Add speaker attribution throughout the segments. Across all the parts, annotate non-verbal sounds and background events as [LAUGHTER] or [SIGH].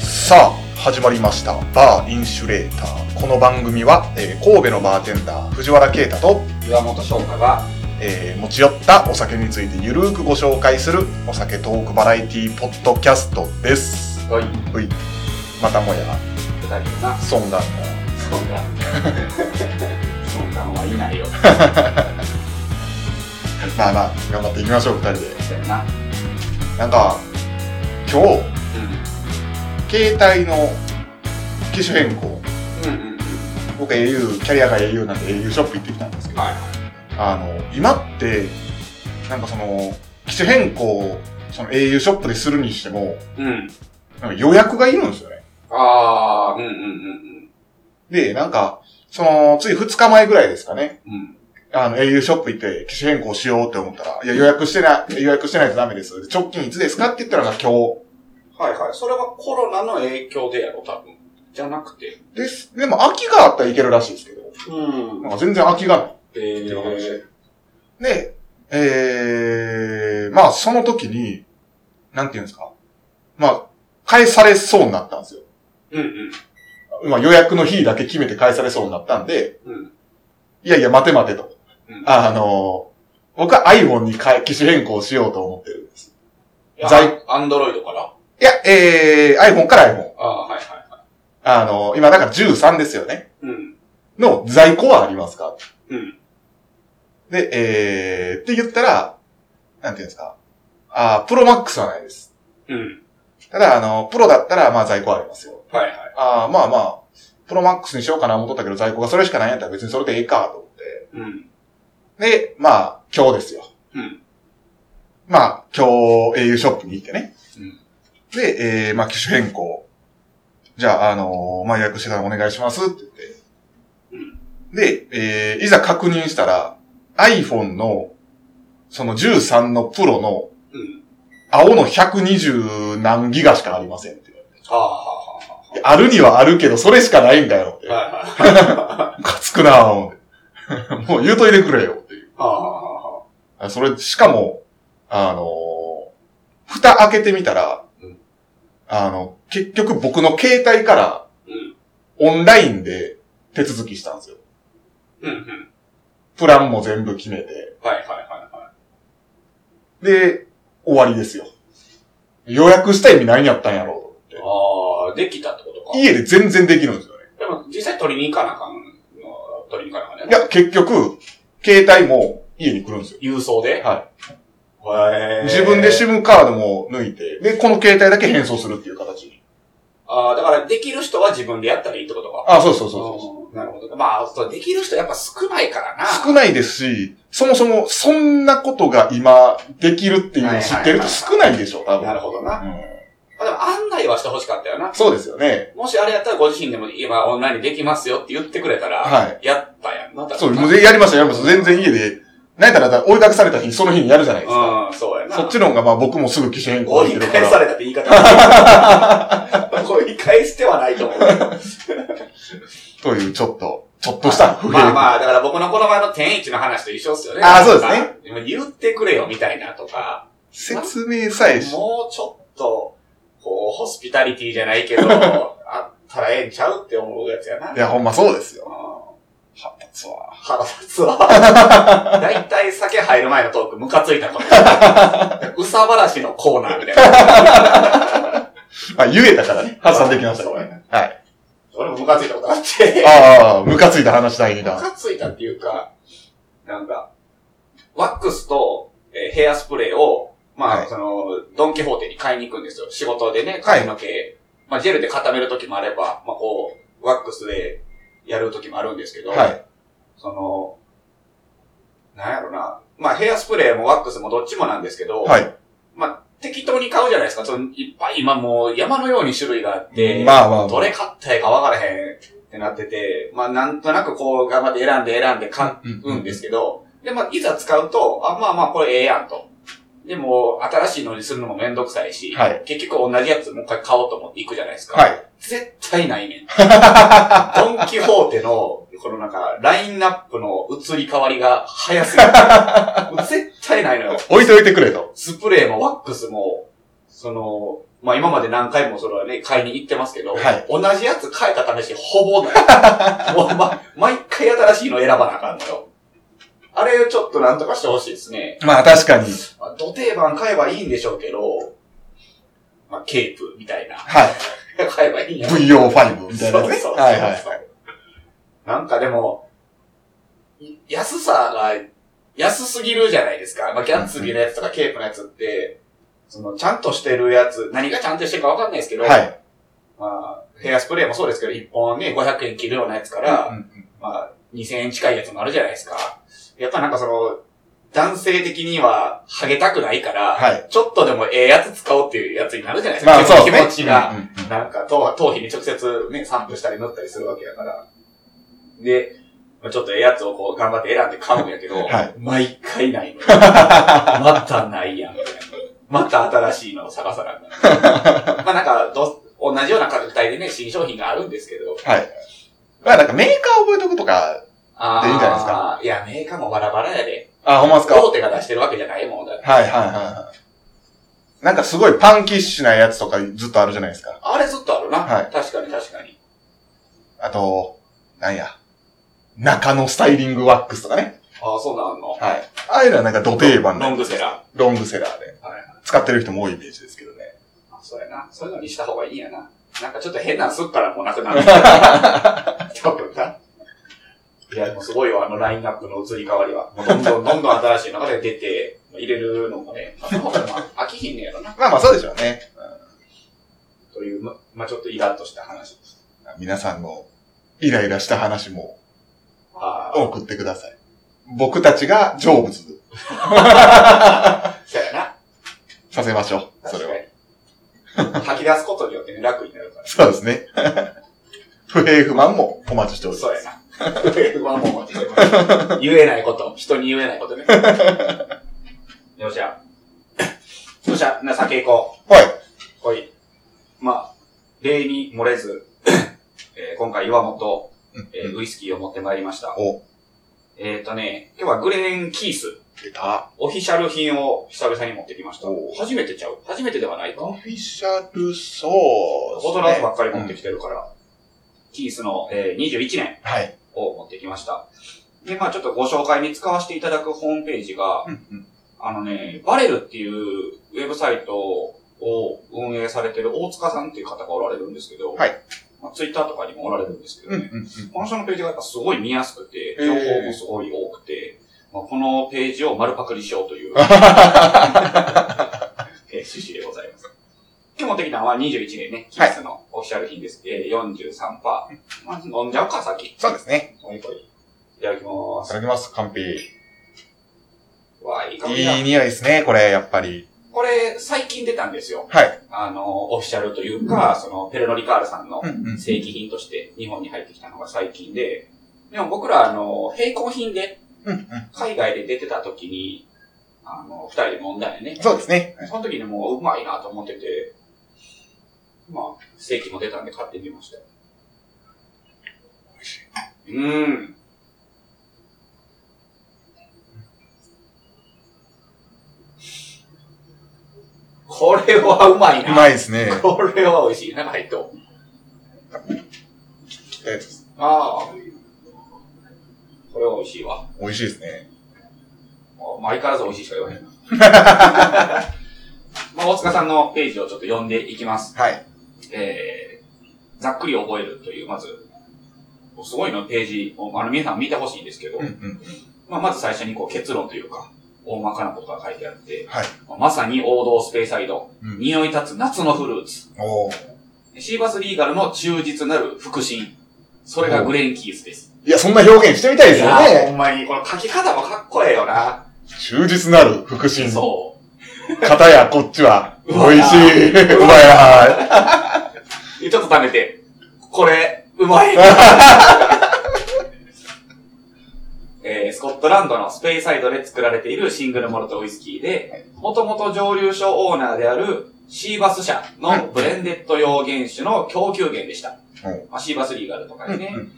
Speaker 1: さあ始まりましたバーインシュレーターこの番組は、えー神戸のバーテンダー藤原啓太と、
Speaker 2: 岩本翔太が
Speaker 1: えー持ち寄ったお酒についてゆるーくご紹介するお酒トークバラエティポッドキャストです
Speaker 2: すごい
Speaker 1: はいまたもや
Speaker 2: 二人が
Speaker 1: そんな
Speaker 2: そんなそんなんはいないよ
Speaker 1: まあまあ頑張っていきましょう2人で
Speaker 2: だよな、
Speaker 1: なんか今日携帯の機種変更
Speaker 2: うん、うんうんうん
Speaker 1: 僕 au キャリアが au なんで au ショップ行ってきたんですけど
Speaker 2: はい
Speaker 1: あの、今って、なんかその、機種変更、その au ショップでするにしても、
Speaker 2: うん
Speaker 1: なんか予約がいるんですよね。
Speaker 2: ああうんうんうん
Speaker 1: で、なんか、その、つい2日前ぐらいですかね。
Speaker 2: うんうん
Speaker 1: あの、au ショップ行って機種変更しようって思ったら、いや、予約してない、予約してないとダメです。直近いつですかって言ったらが今日。
Speaker 2: はいはいそれはコロナの影響でやろ多分じゃなくて
Speaker 1: です。でも、秋があったらいけるらしいですけど、
Speaker 2: うん
Speaker 1: なんか全然秋がない
Speaker 2: え
Speaker 1: っていう話で
Speaker 2: ー、。
Speaker 1: で、えー、まあ、その時に、なんていうんですか。まあ、返されそうになったんですよ。
Speaker 2: うんうん
Speaker 1: まあ、予約の日だけ決めて返されそうになったんで、
Speaker 2: うん
Speaker 1: いやいや、待て待てと。
Speaker 2: うん
Speaker 1: あのー僕は iPhone に変え機種変更しようと思ってるんです。在
Speaker 2: 在アンドロイドから
Speaker 1: いや、えー、iPhone から iPhone。
Speaker 2: ああはいはいは
Speaker 1: あのー今だから13ですよね。
Speaker 2: いうん
Speaker 1: の在庫はありますか
Speaker 2: うん
Speaker 1: で、えー、って言ったら、なんていうんですか。あー、プロマックスはないです。
Speaker 2: うん
Speaker 1: ただ、あのープロだったら、まあ、在庫はありますよ。
Speaker 2: はいはい
Speaker 1: あー、まあまあ、プロマックスにしようかな思っとったけど、在庫がそれしかないんやったら別にそれでええか、と思って。
Speaker 2: うん
Speaker 1: で、まあ、今日ですよ。
Speaker 2: うん
Speaker 1: まあ、今日、au ショップに行ってね。
Speaker 2: うん
Speaker 1: で、えー、まあ、機種変更。じゃあ、あのーまあ、予約してたらお願いしますって言って。で、えー、いざ確認したら、iPhone の、その13のプロの、
Speaker 2: うん
Speaker 1: 青の120何ギガしかありませんって言われ
Speaker 2: はあはあはあは
Speaker 1: ていやあるにはあるけど、それしかないんだよって。
Speaker 2: あはいはい
Speaker 1: ムカつくなぁ、思ってもう言うといてくれよっていう。
Speaker 2: はあはあはあ
Speaker 1: あそれ、しかも、あのー蓋開けてみたら、
Speaker 2: うん
Speaker 1: あの、結局僕の携帯から
Speaker 2: うん、
Speaker 1: オンラインで手続きしたんですよ。
Speaker 2: うんうん
Speaker 1: プランも全部決めて。
Speaker 2: はいはいはいはい
Speaker 1: で、終わりですよ。予約した意味何やったんやろうと思っ
Speaker 2: ああ、できたってことか。
Speaker 1: て。家で全然できるんですよね。
Speaker 2: でも実際取りに行かなあかんの、取りに行かなあかん
Speaker 1: い
Speaker 2: ね。
Speaker 1: や、結局、携帯も家に来るんですよ。
Speaker 2: 郵送で。
Speaker 1: はい自分で SIM カードも抜いて、で、この携帯だけ変装するっていう形に。
Speaker 2: ああ、だからできる人は自分でやったらいいってことか。
Speaker 1: あ、そうそうそうそう。
Speaker 2: うんなるほど。まあ、そうできる人やっぱ少ないからな。
Speaker 1: 少ないですし、そもそもそんなことが今できるっていうのを知ってると少ないでしょ、多分。
Speaker 2: なるほどな。
Speaker 1: うん
Speaker 2: まあ、でも案内はしてほしかったよな。
Speaker 1: そうですよね。
Speaker 2: もしあれやったらご自身でも今オンラインでできますよって言ってくれたら、
Speaker 1: は
Speaker 2: やったやんな。多分
Speaker 1: そう、もうやりました、やりました。全然家で、なんやったら追い出された日、その日にやるじゃないですか。
Speaker 2: うん、そうやな。
Speaker 1: そっちの方がまあ僕もすぐ機種変更
Speaker 2: 追
Speaker 1: で
Speaker 2: い
Speaker 1: きるか
Speaker 2: 返さ
Speaker 1: ら。
Speaker 2: れたって言い方。追い返してはないと思う。
Speaker 1: という、ちょっと、ちょっとした不平。 [LAUGHS]
Speaker 2: まあまあ、だから僕のこの前の天一の話と一緒っすよね。
Speaker 1: あーそうですね
Speaker 2: ね。もう言ってくれよみたいなとか、
Speaker 1: 説明さえし、
Speaker 2: もうちょっと、こう、ホスピタリティじゃないけ
Speaker 1: [LAUGHS]
Speaker 2: ど、あったらええんちゃうって思うやつやな。
Speaker 1: いや、ほんまそうですよ。
Speaker 2: うん
Speaker 1: 腹立つわ。
Speaker 2: 腹立
Speaker 1: [LAUGHS]
Speaker 2: つわ。だいたい酒入る前のトーク、ムカついたこと。
Speaker 1: [LAUGHS]
Speaker 2: うさばらしのコーナーみたいな。
Speaker 1: まあ言えたからね、発散できました
Speaker 2: そう
Speaker 1: か
Speaker 2: や
Speaker 1: ら
Speaker 2: な
Speaker 1: ね。はい。
Speaker 2: 俺もムカついたことあって。
Speaker 1: ああ、ムカついた話第2
Speaker 2: ム
Speaker 1: 弾。
Speaker 2: カついたっていうか、なんか、ワックスと、えーヘアスプレーを、まあ、
Speaker 1: はい
Speaker 2: その、ドンキホーテに買いに行くんですよ。仕事でね、髪の毛、まあ、ジェルで固める時もあれば、まあ、こう、ワックスでやる時もあるんですけど、
Speaker 1: はい。
Speaker 2: その、なんやろな、まあ、ヘアスプレーもワックスもどっちもなんですけど、
Speaker 1: はい。
Speaker 2: 適当に買うじゃないですか。そのいっぱい今もう山のように種類があって、
Speaker 1: まあまあまあ
Speaker 2: どれ買ったらいいか分からへんってなってて、まあなんとなくこう頑張って選んで選んで買うんですけど、で、まあいざ使うと、あ、まあまあこれええやんと。でも、新しいのにするのもめんどくさいし、
Speaker 1: はい
Speaker 2: 結局同じやつもう一回買おうと思って行くじゃないですか。
Speaker 1: はい。
Speaker 2: 絶対ないねん。ドンキホーテの、このなんか、ラインナップの移り変わりが早すぎる。もう絶対ないのよ。
Speaker 1: 置いといてくれと。
Speaker 2: スプレーもワックスも、その、まあ今まで何回もそれはね、買いに行ってますけど、
Speaker 1: はい
Speaker 2: 同じやつ買えた試しほぼない。
Speaker 1: [LAUGHS]
Speaker 2: もうま、毎回新しいの選ばなあかんのよ。あれをちょっとなんとかしてほしいですね。
Speaker 1: まあ確かに。
Speaker 2: まあ、土定番買えばいいんでしょうけど、まあケープみたいな。
Speaker 1: はい。
Speaker 2: 買えばいいんやろ
Speaker 1: VO5 みたいなやつね。
Speaker 2: そうそうそうそう
Speaker 1: はいはい。
Speaker 2: なんかでも、い安さが、安すぎるじゃないですか。まあ、ギャッツビーのやつとかケープのやつって、その、ちゃんとしてるやつ、何がちゃんとしてるかわかんないですけど、
Speaker 1: はい。
Speaker 2: まあ、ヘアスプレーもそうですけど、1本ね、500円切るようなやつから、
Speaker 1: うんうん
Speaker 2: まあ、2000円近いやつもあるじゃないですか。やっぱなんかその、男性的には、ハゲたくないから、
Speaker 1: はい
Speaker 2: ちょっとでもええやつ使おうっていうやつになるじゃないですか。
Speaker 1: まあそう
Speaker 2: 気
Speaker 1: ですね。
Speaker 2: 持ちが。
Speaker 1: うんうんうん
Speaker 2: なんか頭、頭皮に直接ね、散布したり塗ったりするわけやから。で、まあ、ちょっとええやつをこう頑張って選んで買うんやけど、
Speaker 1: はい
Speaker 2: 毎回ない
Speaker 1: [LAUGHS]
Speaker 2: のよ。またないやんみたいな。また新しいのを探さなあか
Speaker 1: [LAUGHS]
Speaker 2: んまあなんかど、同じような形態でね、新商品があるんですけど。
Speaker 1: はい。まあなんかメーカー覚えとくとか、
Speaker 2: あー
Speaker 1: でいいんじゃないです
Speaker 2: いや、メーカーもバラバラやで。
Speaker 1: あ、ほんまっすか
Speaker 2: 大手が出してるわけじゃないもんだ。
Speaker 1: はいはいはいはい。なんかすごいパンキッシュなやつとかずっとあるじゃないですか。
Speaker 2: あれずっとあるな。
Speaker 1: はい
Speaker 2: 確かに確かに。
Speaker 1: あと、なんや。中野スタイリングワックスとかね。
Speaker 2: ああ、そうなんの。
Speaker 1: はい。ああいうのはなんかド定番
Speaker 2: ロ
Speaker 1: の
Speaker 2: ングセラー。
Speaker 1: ロングセラーで
Speaker 2: はい。
Speaker 1: 使ってる人も多いイメージですけどね。
Speaker 2: あそうやな。そういうのにした方がいいんやな。なんかちょっと変なのすっからもうなくなる。多分な。いや、でもすごいよ、あのラインナップの移り変わりは。もうどんどんどんどん新しいのが出て、入れるのもね、まあ、その方がまあ飽きひんねやろな。
Speaker 1: まあまあそうでしょうね。
Speaker 2: という、ま、まあちょっとイラッとした話です。
Speaker 1: 皆さんのイライラした話も
Speaker 2: ああ、
Speaker 1: 送ってください。僕たちが成仏
Speaker 2: そうやな。
Speaker 1: させましょう。そ
Speaker 2: 確
Speaker 1: れ
Speaker 2: か
Speaker 1: は。
Speaker 2: に。吐き出すことによってね、楽になるから。
Speaker 1: そうですね。 [LAUGHS] 不平不満もお待ちしております
Speaker 2: そう。やな。 [LAUGHS] 不安も持ってきてます言えないこと、人に言えないことね。 [LAUGHS] よっしゃ。よっしゃ、な、酒行こう。
Speaker 1: はい。
Speaker 2: はい。まあ、例に漏れず、 [COUGHS] えー今回岩本、えーウイスキーを持ってまいりました。
Speaker 1: お
Speaker 2: えっ、とね、今日はグレーンキース、
Speaker 1: 出た。
Speaker 2: オフィシャル品を久々に持ってきました
Speaker 1: お。
Speaker 2: 初めてちゃう初めてではないか。
Speaker 1: オ
Speaker 2: ボ
Speaker 1: フィシャルソース、
Speaker 2: トルアートばっかり持ってきてるから、キースの、えー21年
Speaker 1: はい。
Speaker 2: を持ってきました。で、まあちょっとご紹介に使わせていただくホームページが、あのね、バレルっていうウェブサイトを運営されてる大塚さんっていう方がおられるんですけど、
Speaker 1: はい
Speaker 2: まあ、ツイッターとかにもおられるんですけど
Speaker 1: う
Speaker 2: ね、
Speaker 1: んうん
Speaker 2: この人のページがやっぱすごい見やすくて、
Speaker 1: えー
Speaker 2: 情報もすごい多くて、まあ、このページを丸パクリしようと
Speaker 1: [LAUGHS]
Speaker 2: いう、 [LAUGHS] えー趣旨でございます。今日持ってきたのは21年ね、キースのオフィシャル品です。えー43%。まず飲んじゃうか、先。
Speaker 1: そうですね。
Speaker 2: ほいほい。いただきま
Speaker 1: い
Speaker 2: す
Speaker 1: た。だきます、完璧。
Speaker 2: わあ、いい香りだ
Speaker 1: いい匂いですね、これ、やっぱり。
Speaker 2: これ、最近出たんですよ。
Speaker 1: はい。
Speaker 2: あの、オフィシャルというか、その、ペルノリカールさんの
Speaker 1: うんうん
Speaker 2: 正規品として日本に入ってきたのが最近で、でも僕ら、あの、並行品で、
Speaker 1: うんうん
Speaker 2: 海外で出てた時に、あの、二人で飲んだよね。
Speaker 1: そうですね。
Speaker 2: その時にもううまいなと思ってて、まあ、正規も出たんで買ってみました。美味しい。うん。これはうまいうな。
Speaker 1: まいですね。
Speaker 2: これは美味しい。中入っと。
Speaker 1: 切ったやつです
Speaker 2: ああ。これは美味しいわ。
Speaker 1: 美味しいですね。
Speaker 2: もう相変わらず美味しいしか言わへん [LAUGHS] な。まあ、大塚さんのページをちょっと読んでいきます。
Speaker 1: はい。
Speaker 2: えー、ざっくり覚えるという、まず、すごいのページを、あの、皆さん見てほしいんですけど、
Speaker 1: うんうん。
Speaker 2: まあ、まず最初にこう結論というか、大まかなことが書いてあって、
Speaker 1: はい
Speaker 2: まあまさに王道スペーサイド、
Speaker 1: うん
Speaker 2: 匂い立つ夏のフルーツ、
Speaker 1: おー
Speaker 2: シーバスリーガルの忠実なる腹心、それがグレーンキースです。
Speaker 1: いや、そんな表現してみたいですよ
Speaker 2: いやーほ
Speaker 1: ね。
Speaker 2: んまに、この書き方もかっこええよな。
Speaker 1: 忠実なる腹心の
Speaker 2: そう。
Speaker 1: 方や、こっちは。
Speaker 2: うわー
Speaker 1: 美味しい。うまいな。
Speaker 2: でちょっと食べて、これ、うまいえースコットランドのスペイサイドで作られているシングルモルトウイスキーで、もともと蒸留所オーナーであるシーバス社のブレンデッド用原酒の供給源でした。
Speaker 1: うん
Speaker 2: まあ、シーバスリーガルとか
Speaker 1: う
Speaker 2: に
Speaker 1: んう
Speaker 2: ね、
Speaker 1: ん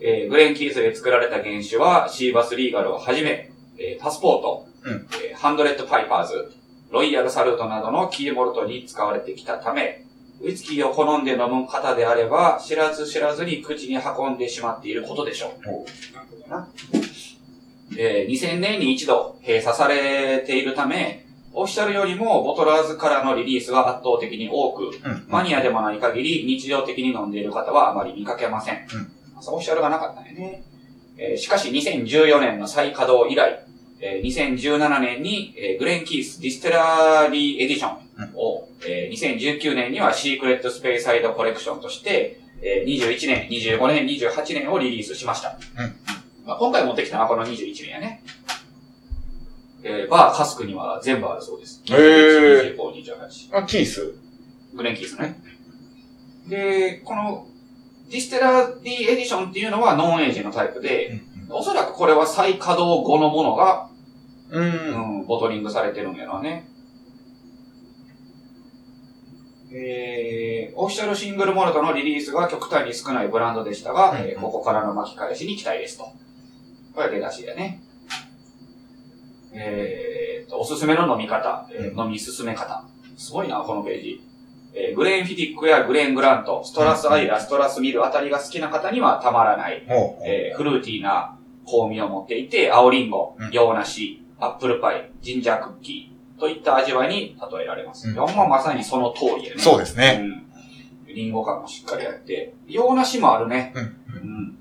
Speaker 2: えーグレンキースで作られた原酒は、シーバスリーガルをはじめ、えーパスポート、
Speaker 1: うん
Speaker 2: えーハンドレッドパイパーズ、ロイヤルサルートなどのキーボルトに使われてきたため、ウイスキーを好んで飲む方であれば、知らず知らずに口に運んでしまっていることでしょう。
Speaker 1: おう
Speaker 2: なるほどな。えー2000年に一度閉鎖されているため、オフィシャルよりもボトラーズからのリリースが圧倒的に多く、
Speaker 1: うん。
Speaker 2: マニアでもない限り日常的に飲んでいる方はあまり見かけません。そうオフィシャルがなかったんよね。えーしかし2014年の再稼働以来、えー2017年に、えーグレン・キース・ディステラリー・エディションを、えー2019年にはシークレット・スペーサイド・コレクションとして、えー21年、25年、28年をリリースしました。
Speaker 1: うん
Speaker 2: まあ、今回持ってきたのはこの21年やね。えーバー・カスクには全部あるそうです。
Speaker 1: へー
Speaker 2: 25、28。
Speaker 1: あ、キース。
Speaker 2: グレンキーですね。で、この、ディステラディエディションっていうのはノンエイジのタイプで、おそらくこれは再稼働後のものが、
Speaker 1: う。
Speaker 2: うんん、ボトリングされてるんやろうね。えー、オフィシャルシングルモルトのリリースが極端に少ないブランドでしたが、えーここからの巻き返しに期待ですと。これ出だしだね。えーと、おすすめの飲み方、えー飲み進め方。すごいな、このページ。えーグレーンフィティックやグレーングラント、ストラスアイラ、ストラスミルあたりが好きな方にはたまらない、
Speaker 1: おう。
Speaker 2: えーフルーティーな香味を持っていて、青リンゴ
Speaker 1: うん、
Speaker 2: 洋梨、アップルパイ、ジンジャークッキーといった味わいに例えられます。
Speaker 1: うん
Speaker 2: 洋梨はまさにその通りやね。
Speaker 1: そうですね。
Speaker 2: うん。リンゴ感もしっかりあって、洋梨もあるね。
Speaker 1: うん
Speaker 2: うん。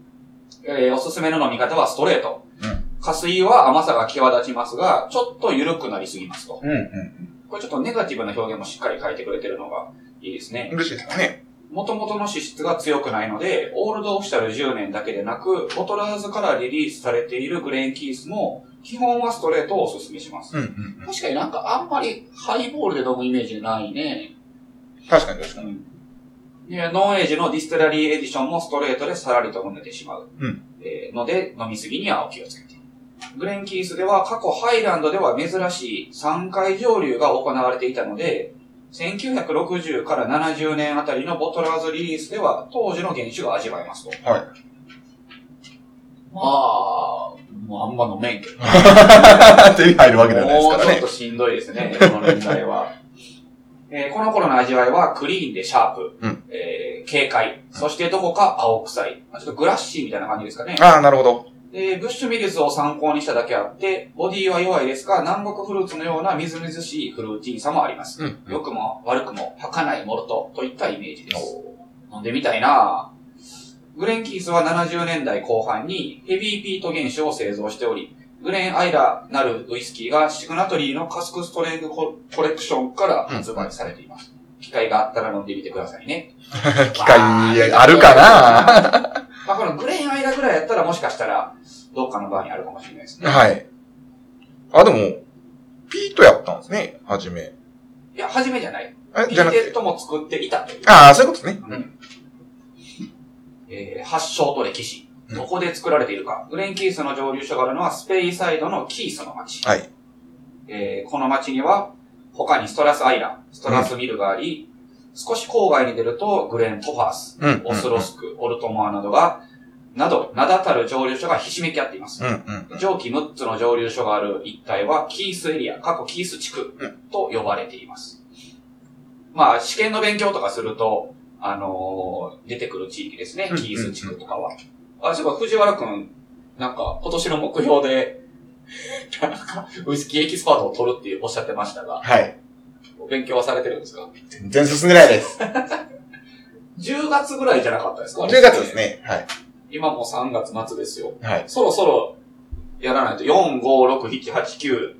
Speaker 2: えーおすすめの飲み方はストレート。
Speaker 1: うん
Speaker 2: 加水は甘さが際立ちますが、ちょっと緩くなりすぎますと。
Speaker 1: うんう
Speaker 2: これちょっとネガティブな表現もしっかり書いてくれてるのがいいですね。
Speaker 1: ん。嬉しいですね。
Speaker 2: 元々の資質が強くないので、オールドオフィシャル10年だけでなく、ボトラーズからリリースされているグレーンキースも、基本はストレートをおすすめします。
Speaker 1: うんうん。
Speaker 2: 確かになんかあんまりハイボールで飲むイメージないね。
Speaker 1: 確かに確か
Speaker 2: うん。でノンエイジのディステラリーエディションもストレートでさらりと飲めてしまう。
Speaker 1: うん
Speaker 2: えーので、飲みすぎにはお気をつけて。グレンキースでは過去ハイランドでは珍しい3回蒸留が行われていたので、1960から70年あたりのボトラーズリリースでは当時の原酒が味わえますと。
Speaker 1: はい
Speaker 2: まあ、もうあんま飲めんけど。
Speaker 1: に。手に入るわけではないですから
Speaker 2: もうちょっ
Speaker 1: ね
Speaker 2: と。しんどいで
Speaker 1: [LAUGHS]
Speaker 2: すね、この年代は。えーこの頃の味わいはクリーンでシャープ、
Speaker 1: うん
Speaker 2: えー軽快、そしてどこか青臭い。まあちょっとグラッシーみたいな感じですかね。
Speaker 1: ああ、なるほど。
Speaker 2: で、ブッシュミルズを参考にしただけあって、ボディは弱いですが、南国フルーツのようなみずみずしいフルーティーさもあります。
Speaker 1: うんうん。
Speaker 2: 良くも悪くも儚いモルトといったイメージです。飲んでみたいなぁグレンキースは70年代後半にヘビーピート原酒を製造しており、グレンアイラなるウイスキーがシグナトリーのカスクストレングココレクションから発売されています。機会があったら飲んでみてくださいね。
Speaker 1: 機会あるかな
Speaker 2: まあこのグレンアイラぐらいやったらもしかしたらどっかのバーにあるかもしれないですね。
Speaker 1: はい。あ、でも、ピートやったんですね、はじめ。
Speaker 2: いや、初めじゃない。
Speaker 1: え、
Speaker 2: ピ
Speaker 1: じゃ
Speaker 2: ー
Speaker 1: なく
Speaker 2: テッ
Speaker 1: て。
Speaker 2: トも作っていたという。
Speaker 1: ああ、そういうことですね。
Speaker 2: えー発祥と歴史。
Speaker 1: うん
Speaker 2: どこで作られているか。グレンキースの蒸留所があるのはスペイサイドのキースの町。
Speaker 1: はい
Speaker 2: えーこの町には他にストラスアイラン、ストラスミルがあり、少し郊外に出るとグレントファース、
Speaker 1: うんうん。
Speaker 2: オスロスク、オルトモアなどが、など、名だたる蒸留所がひしめき合っています
Speaker 1: うん。うん。
Speaker 2: 上記6つの蒸留所がある一帯は、キースエリア、過去キース地区
Speaker 1: う
Speaker 2: と呼ばれています。まあ、試験の勉強とかすると、あのー出てくる地域ですね
Speaker 1: う、ん
Speaker 2: キース地区とかは。あ、そういえば藤原くん、なんか、今年の目標で、 [LAUGHS] なんか、ウイスキーエキスパートを取るっておっしゃってましたが、
Speaker 1: はい。
Speaker 2: お勉強はされてるんですか
Speaker 1: 全然進んでないです。
Speaker 2: ?10 月ぐらいじゃなかったですか
Speaker 1: 10月です。ね。はい。
Speaker 2: 今もう3月末ですよ。
Speaker 1: はい。
Speaker 2: そろそろやらないと、4、5、6、7、8、9、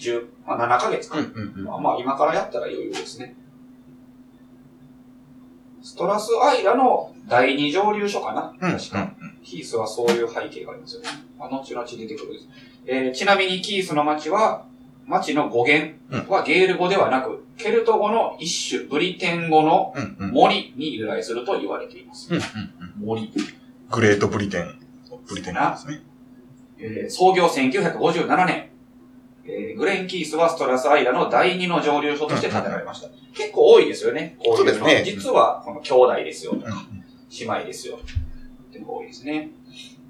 Speaker 2: 10、まあ7ヶ月か。
Speaker 1: んうん
Speaker 2: まあまあ今からやったら余裕ですね。ストラスアイラの第二蒸留所かな、
Speaker 1: うん。
Speaker 2: 確か。キースはそういう背景がありますよね。まあ、後々出てくるです、えーちなみにキースの町は、町の語源はゲール語ではなく、ケルト語の一種、ブリテン語の
Speaker 1: うんうん。
Speaker 2: 森に由来すると言われていま
Speaker 1: う
Speaker 2: す。
Speaker 1: んうん。
Speaker 2: 森。
Speaker 1: グレートブリテン。ブリテンなんですね。
Speaker 2: えー創業1957年、えーグレン・キースはストラスアイラの第二の蒸留所として建てられました。結構多いですよね、こいの
Speaker 1: そうですね
Speaker 2: 実は、この兄弟ですよ、
Speaker 1: うん
Speaker 2: 姉妹ですよ、って多いですね。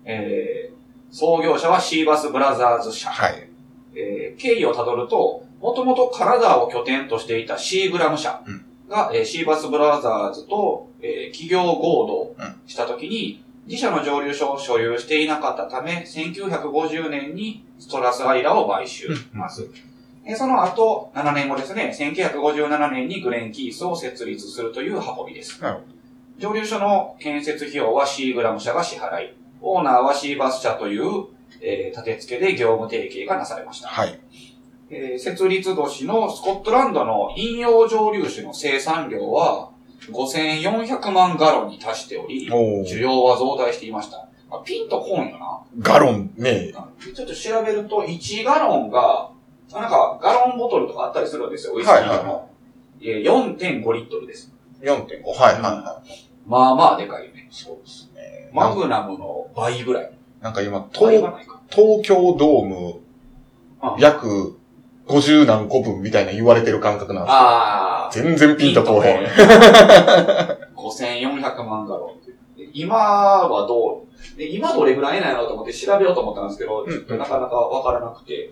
Speaker 2: えー創業者はシーバス・ブラザーズ社。
Speaker 1: はい。
Speaker 2: えー経緯をたどると、もともと金沢を拠点としていたシーグラム社が、えーシーバスブラザーズと、えー企業合同したときに、自社の蒸留所を所有していなかったため、1950年にストラスアイラを買収します。えーその後、7年後ですね、1957年にグレンキースを設立するという運びです。
Speaker 1: なるほ
Speaker 2: 蒸留所の建設費用はシーグラム社が支払い、オーナーはシーバス社という、えー立て付けで業務提携がなされました。
Speaker 1: はい。
Speaker 2: えー設立年のスコットランドの飲用蒸留酒の生産量は5400万ガロンに達しており、
Speaker 1: お
Speaker 2: 需
Speaker 1: ー
Speaker 2: 要は増大していました。まあピンとこんよな。
Speaker 1: ガロンね。
Speaker 2: ちょっと調べると、1ガロンが、あなんか、ガロンボトルとかあったりするんですよ、ウイスキーの。
Speaker 1: はいはい
Speaker 2: えー4.5リットルです。
Speaker 1: 4.5。はいはいは
Speaker 2: まあまあでかいよね。そうですね。
Speaker 1: い。
Speaker 2: マグナムの倍ぐらい。
Speaker 1: なんか今、
Speaker 2: 倍
Speaker 1: 東
Speaker 2: はないか。
Speaker 1: 東京ドーム
Speaker 2: うん
Speaker 1: 約50何個分みたいな言われてる感覚なんで
Speaker 2: ああ。
Speaker 1: す。全然ピンとこうへん。
Speaker 2: 5400万ガロンって。で今はどうで今どれぐらいなんやろうと思って調べようと思ったんですけど、
Speaker 1: うん
Speaker 2: ちょっとなかなかわからなくて。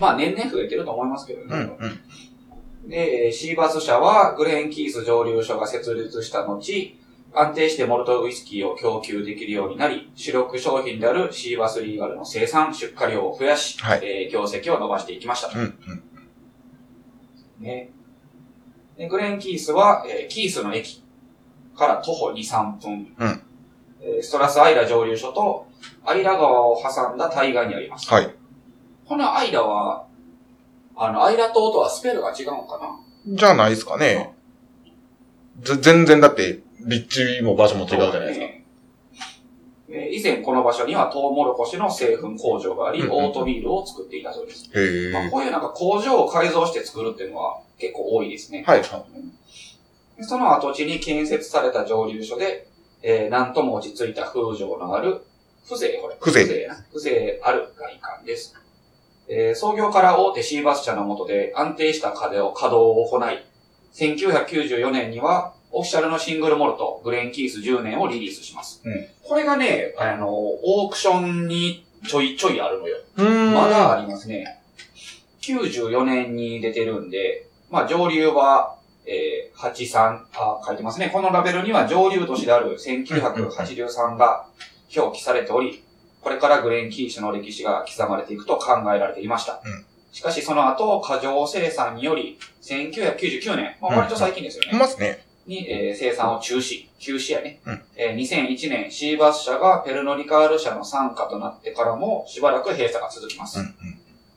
Speaker 2: まあ年々増えてると思いますけどね。
Speaker 1: うんうん。
Speaker 2: で、えーシーバス社はグレーンキース蒸留所が設立した後、安定してモルトウイスキーを供給できるようになり、主力商品であるシーバスリーガルの生産、出荷量を増やし、
Speaker 1: はい
Speaker 2: えー業績を伸ばしていきました。
Speaker 1: うんうん。
Speaker 2: ね。で、グレーンキースは、えーキースの駅から徒歩2、3分。
Speaker 1: うん
Speaker 2: えーストラスアイラ蒸留所と、アイラ川を挟んだ対岸にあります。
Speaker 1: はい。
Speaker 2: このアイラは、あの、アイラ島とはスペルが違うのかな
Speaker 1: じゃないですかね。ぜ全然だって、立地も場所も違うじゃないですか。
Speaker 2: ねえー以前この場所にはトウモロコシの製粉工場があり、
Speaker 1: うんうん
Speaker 2: オートミールを作っていたそうです。
Speaker 1: へえ。
Speaker 2: まあ、こういうなんか工場を改造して作るっていうのは結構多いですね。
Speaker 1: はい。は
Speaker 2: でその跡地に建設された蒸留所で、えー、なんとも落ち着いた風情のある、風情、これ。
Speaker 1: 風情
Speaker 2: な風情ある外観です。えー創業から大手シーバス社の下で安定した稼働稼働を行い、1994年にはオフィシャルのシングルモルト、グレンキース10年をリリースします。
Speaker 1: うん
Speaker 2: これがね、あの、オークションにちょいちょいあるのよ。
Speaker 1: うーん。
Speaker 2: まだありますね。94年に出てるんで、まあ上流は、えー、83、あ、書いてますね。このラベルには上流年である1983が表記されており、これからグレンキー種の歴史が刻まれていくと考えられていました。
Speaker 1: うん
Speaker 2: しかしその後、過剰生産により、1999年、まあ、割と最近ですよね。
Speaker 1: いますね。
Speaker 2: に、えー生産を中止、休止やね。
Speaker 1: うん
Speaker 2: えー2001年、シーバス社がペルノリカール社の傘下となってからも、しばらく閉鎖が続きます。
Speaker 1: うんうん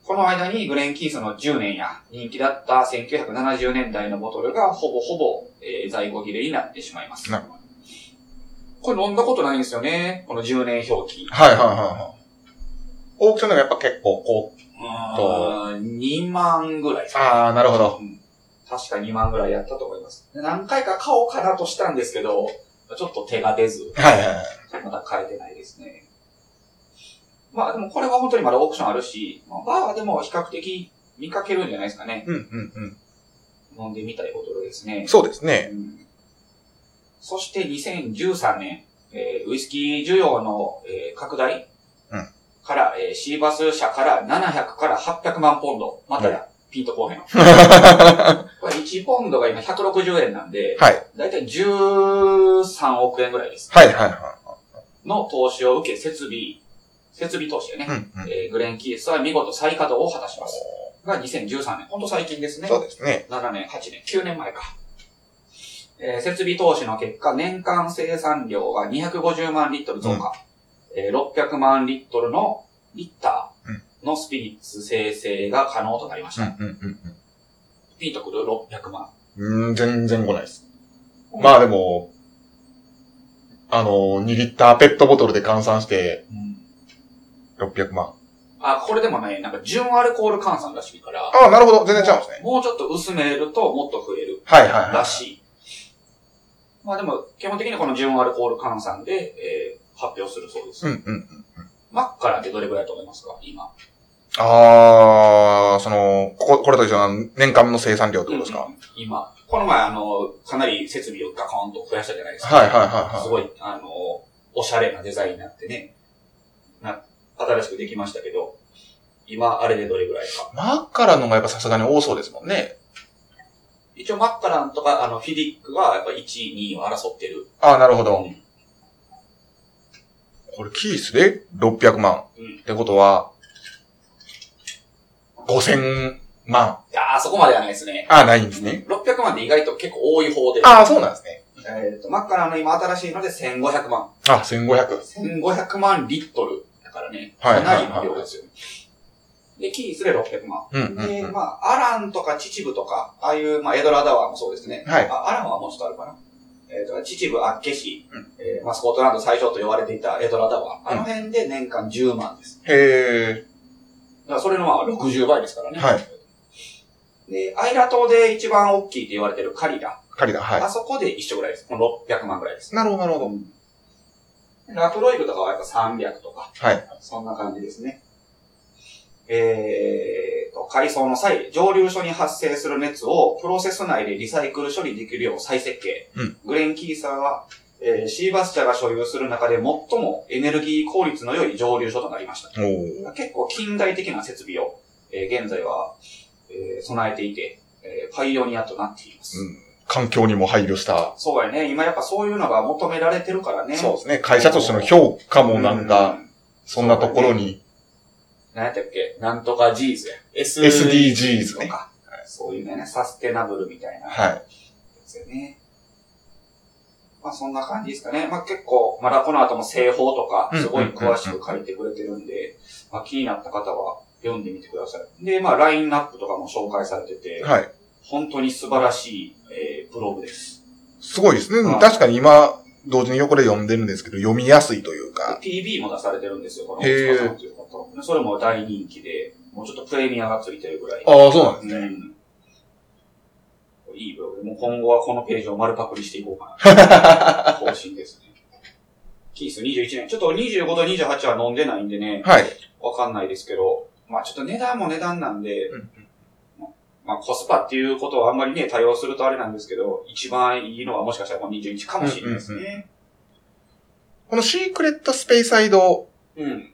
Speaker 2: この間にグレンキースの10年や人気だった1970年代のボトルがほぼほぼ、えー在庫切れになってしまいます
Speaker 1: なる。
Speaker 2: これ飲んだことないんですよね。この10年表記。
Speaker 1: はいはいはいはい。オークションでもやっぱ結構こう。
Speaker 2: うーん2万ぐらいですかね
Speaker 1: あー、なるほど。
Speaker 2: 確か2万ぐらいやったと思います。で何回か買おうかなとしたんですけど、ちょっと手が出ず、
Speaker 1: はいはいはい。
Speaker 2: まだ変えてないですね。まあでもこれは本当にまだオークションあるし、まあ、バーはでも比較的見かけるんじゃないですかね。
Speaker 1: うんうんうん。
Speaker 2: 飲んでみたいボトルですね。
Speaker 1: そうですね。
Speaker 2: うんそして2013年、えーウイスキー需要の、えー拡大
Speaker 1: うん
Speaker 2: から、えーシーバス社から700から800万ポンド。またや、ピンとこうへん。これ1ポンドが今160円なんで、
Speaker 1: はい。
Speaker 2: だいたい13億円ぐらいです。
Speaker 1: はいはいは
Speaker 2: の投資を受け、設備、設備投資でね
Speaker 1: い。、うんうん。
Speaker 2: えーグレン・キースは見事再稼働を果たします。が2013年。ほんと最近ですね。
Speaker 1: そうですね。
Speaker 2: 7年、8年、9年前か。えー設備投資の結果、年間生産量が250万リットル増加、えー600万リットルのリッターのスピリッツ生成が可能となりまし
Speaker 1: う
Speaker 2: た。
Speaker 1: んうんうん
Speaker 2: ピンとくる600万。
Speaker 1: うん。うーん、全然来ないです。まあでも、あの、2リッターペットボトルで換算して
Speaker 2: うん
Speaker 1: 600万。
Speaker 2: あ、これでもね、なんか純アルコール換算らしいから、
Speaker 1: ああ、なるほど。全然違うんですね。
Speaker 2: もうちょっと薄めるともっと増える。
Speaker 1: はいはいはい。
Speaker 2: らしい。まあでも、基本的にこの純アルコール換算で、えー発表するそうです。
Speaker 1: うんうんうん。
Speaker 2: マッカラってどれぐらいだと思いますか今。
Speaker 1: ああ、その、ここ、これと一緒な年間の生産量ってことですか、
Speaker 2: うん今。この前、あの、かなり設備をガコンと増やしたじゃないですか。
Speaker 1: はいはいはいはい。
Speaker 2: すごい、あの、おしゃれなデザインになってね、な、新しくできましたけど、今、あれでどれぐらいか。
Speaker 1: マッカランのがやっぱさすがに多そうですもんね。
Speaker 2: 一応、マッカランとか、あの、フィディックは、やっぱ1位、2位を争ってる。
Speaker 1: ああ、なるほど。
Speaker 2: ん。
Speaker 1: これキースで600万。
Speaker 2: うん
Speaker 1: ってことは、5000万。
Speaker 2: いやー、そこまではないですね。
Speaker 1: ああ、ないんですね。
Speaker 2: 600万って意外と結構多い方で。
Speaker 1: ああ、そうなんですね。
Speaker 2: えっ、と、マッカランの今新しいので1500万。
Speaker 1: あ、1500。
Speaker 2: 1500万リットルだからね。
Speaker 1: は
Speaker 2: か
Speaker 1: いは
Speaker 2: ないりの量ですよね。で、キースで600万。
Speaker 1: うん、うん、
Speaker 2: で、
Speaker 1: うん。
Speaker 2: まあ、アランとか秩父とか、ああいう、まあ、エドラダワーもそうですね。
Speaker 1: はい
Speaker 2: あアランはもうちょっとあるかな。えっ、と、秩父、厚岸、
Speaker 1: う
Speaker 2: えーまあ、スコットランド最小と呼ばれていたエドラダワー。あの辺で年間10万です。
Speaker 1: へ
Speaker 2: だからそれのまあ60倍ですから
Speaker 1: え。
Speaker 2: ね。
Speaker 1: はい。
Speaker 2: で、アイラ島で一番大きいって言われてるカリラ。
Speaker 1: カリだ。は
Speaker 2: あそこで一緒ぐらいです。この600万ぐらいです
Speaker 1: い。。なるほど、なるほど。
Speaker 2: ラフロイグとかはやっぱ300とか。
Speaker 1: はい。
Speaker 2: そんな感じですね。えーと、海藻の際、蒸留所に発生する熱をプロセス内でリサイクル処理できるよう再設計。
Speaker 1: うん
Speaker 2: グレン・キーサーは、えーシーバス社が所有する中で最もエネルギー効率の良い蒸留所となりました。
Speaker 1: おー。
Speaker 2: 結構近代的な設備を、えー現在は、えー備えていて、えーパイオニアとなっています。
Speaker 1: うん環境にも配慮した。
Speaker 2: そうやね。今やっぱそういうのが求められてるからね。
Speaker 1: そうですね。会社としての評価もなんか、
Speaker 2: ん
Speaker 1: そんなところに
Speaker 2: 何やったっけなんとか G's や。
Speaker 1: SDGs
Speaker 2: と
Speaker 1: ね。
Speaker 2: か。そういうね、サステナブルみたいなや
Speaker 1: はい。
Speaker 2: つよね。まあそんな感じですかね。まあ結構、まだこの後も製法とか
Speaker 1: う、ん
Speaker 2: すごい詳しく書いてくれてるんで、まあ気になった方は読んでみてください。で、まあラインナップとかも紹介されてて、
Speaker 1: はい。
Speaker 2: 本当に素晴らしい、えーブログです。
Speaker 1: すごいですね。
Speaker 2: はい
Speaker 1: 確かに今、同時に横で読んでるんですけど、読みやすいというか。
Speaker 2: PB も出されてるんですよ、この
Speaker 1: へー
Speaker 2: 大塚さんという方。それも大人気で、もうちょっとプレミアがついてるぐらい。
Speaker 1: ああ、そうなんですね。
Speaker 2: うん。いいブログで、もう今後はこのページを丸パクリしていこうか
Speaker 1: [LAUGHS]
Speaker 2: な。方針ですね。キース21年。ちょっと25と28は飲んでないんでね、
Speaker 1: はい。
Speaker 2: わかんないですけど、まあちょっと値段も値段なんで、
Speaker 1: うん
Speaker 2: まあコスパっていうことはあんまりね、対応するとあれなんですけど、一番いいのはもしかしたらこの21かもしれないですね。
Speaker 1: このシークレットスペイサイド
Speaker 2: うん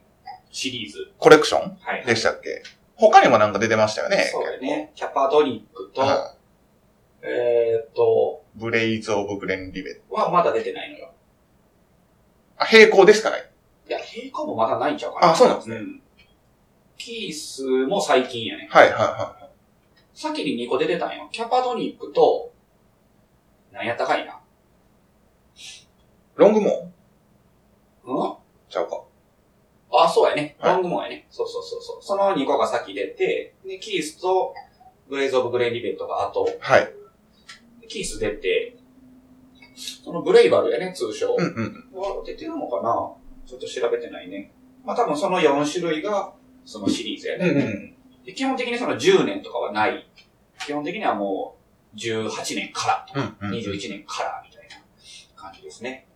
Speaker 2: シリーズ。
Speaker 1: コレクション
Speaker 2: はい。
Speaker 1: でしたっけ他にもなんか出てましたよね。
Speaker 2: そうだよね。キャパドニックと、
Speaker 1: は
Speaker 2: えーっと、
Speaker 1: いブレイズ・オブ・グレン・リベット。
Speaker 2: はまだ出てないのよ。
Speaker 1: あ、平行ですかね
Speaker 2: いや、平行もまだないんちゃうかな。
Speaker 1: あそうなんですね
Speaker 2: キースも最近やね。
Speaker 1: はいはいは
Speaker 2: 先に2個出てたんよ。キャパドニックと、なんやったかいな。
Speaker 1: い。ロングモ
Speaker 2: うん
Speaker 1: ーンちゃうか。
Speaker 2: あ、そうやね。
Speaker 1: はい
Speaker 2: ロングモンやね。そうそうそうそう。その2個が先出て、で、キースと、ブレイズ・オブ・グレイ・リベットが後、
Speaker 1: はい。
Speaker 2: キース出て、そのブレイバルやね、通称。
Speaker 1: うんうん。
Speaker 2: は出てるのかなちょっと調べてないね。まあ多分その4種類が、そのシリーズやね。
Speaker 1: うんうん
Speaker 2: で基本的にその10年とかはない。基本的にはもう18年からとか、
Speaker 1: うんうん
Speaker 2: 21年からみたいな感じですね。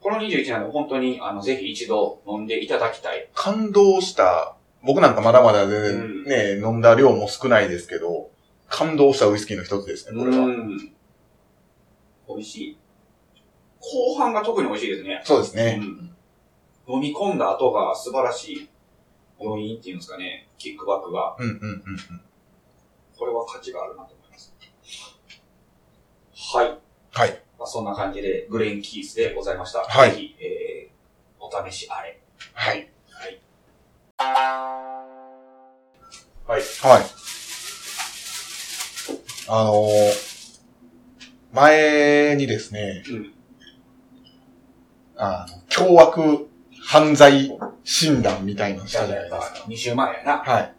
Speaker 2: この21なの本当にあのぜひ一度飲んでいただきたい。
Speaker 1: 感動した、僕なんかまだまだ
Speaker 2: う
Speaker 1: 全
Speaker 2: ん
Speaker 1: 然ね、飲んだ量も少ないですけど、感動したウイスキーの一つですね、これは。
Speaker 2: ん。美味しい。後半が特に美味しいですね。
Speaker 1: そうですね。
Speaker 2: うん、飲み込んだ後が素晴らしい余韻っていうんですかね。キックバックが。
Speaker 1: うんうんうんうん。
Speaker 2: これは価値があるなと思います。はい。
Speaker 1: はい。
Speaker 2: まあ、そんな感じで、グレンキースでございました。
Speaker 1: はい
Speaker 2: ぜひ、えー、お試しあれ。
Speaker 1: はい。
Speaker 2: はい。
Speaker 1: はい。はい。あのー、前にですね、
Speaker 2: うん。
Speaker 1: あの、凶悪犯罪診断みたいのしたじゃないですか。
Speaker 2: 2週前やな。
Speaker 1: はい。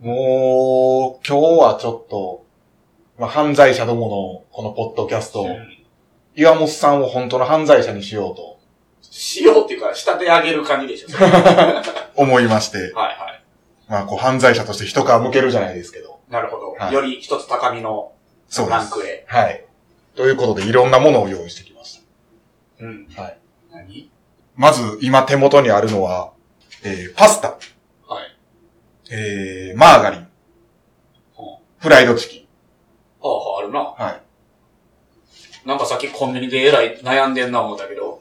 Speaker 1: もう、今日はちょっと、まあ、犯罪者どもの、このポッドキャストを、
Speaker 2: ん
Speaker 1: 岩本さんを本当の犯罪者にしようと
Speaker 2: しようっていうか、仕立て上げる感じでしょ。
Speaker 1: [LAUGHS]
Speaker 2: はい
Speaker 1: 思いまして、
Speaker 2: は
Speaker 1: まあ、こう、犯罪者として一皮向けるじゃないですけど。
Speaker 2: い。なるほど。
Speaker 1: はい
Speaker 2: より一つ高みの
Speaker 1: そうで
Speaker 2: ラン
Speaker 1: す。
Speaker 2: クへ。
Speaker 1: はい。ということで、いろんなものを用意してきました。
Speaker 2: うん。
Speaker 1: はい。
Speaker 2: 何
Speaker 1: まず、今手元にあるのは、えー、パスタ、
Speaker 2: はい。
Speaker 1: えー、マーガリン、
Speaker 2: ほ
Speaker 1: フライドチキン。
Speaker 2: う。ああ、あるな。
Speaker 1: はい。
Speaker 2: なんかさっきコンビニでえらい悩んでんな思ったけど。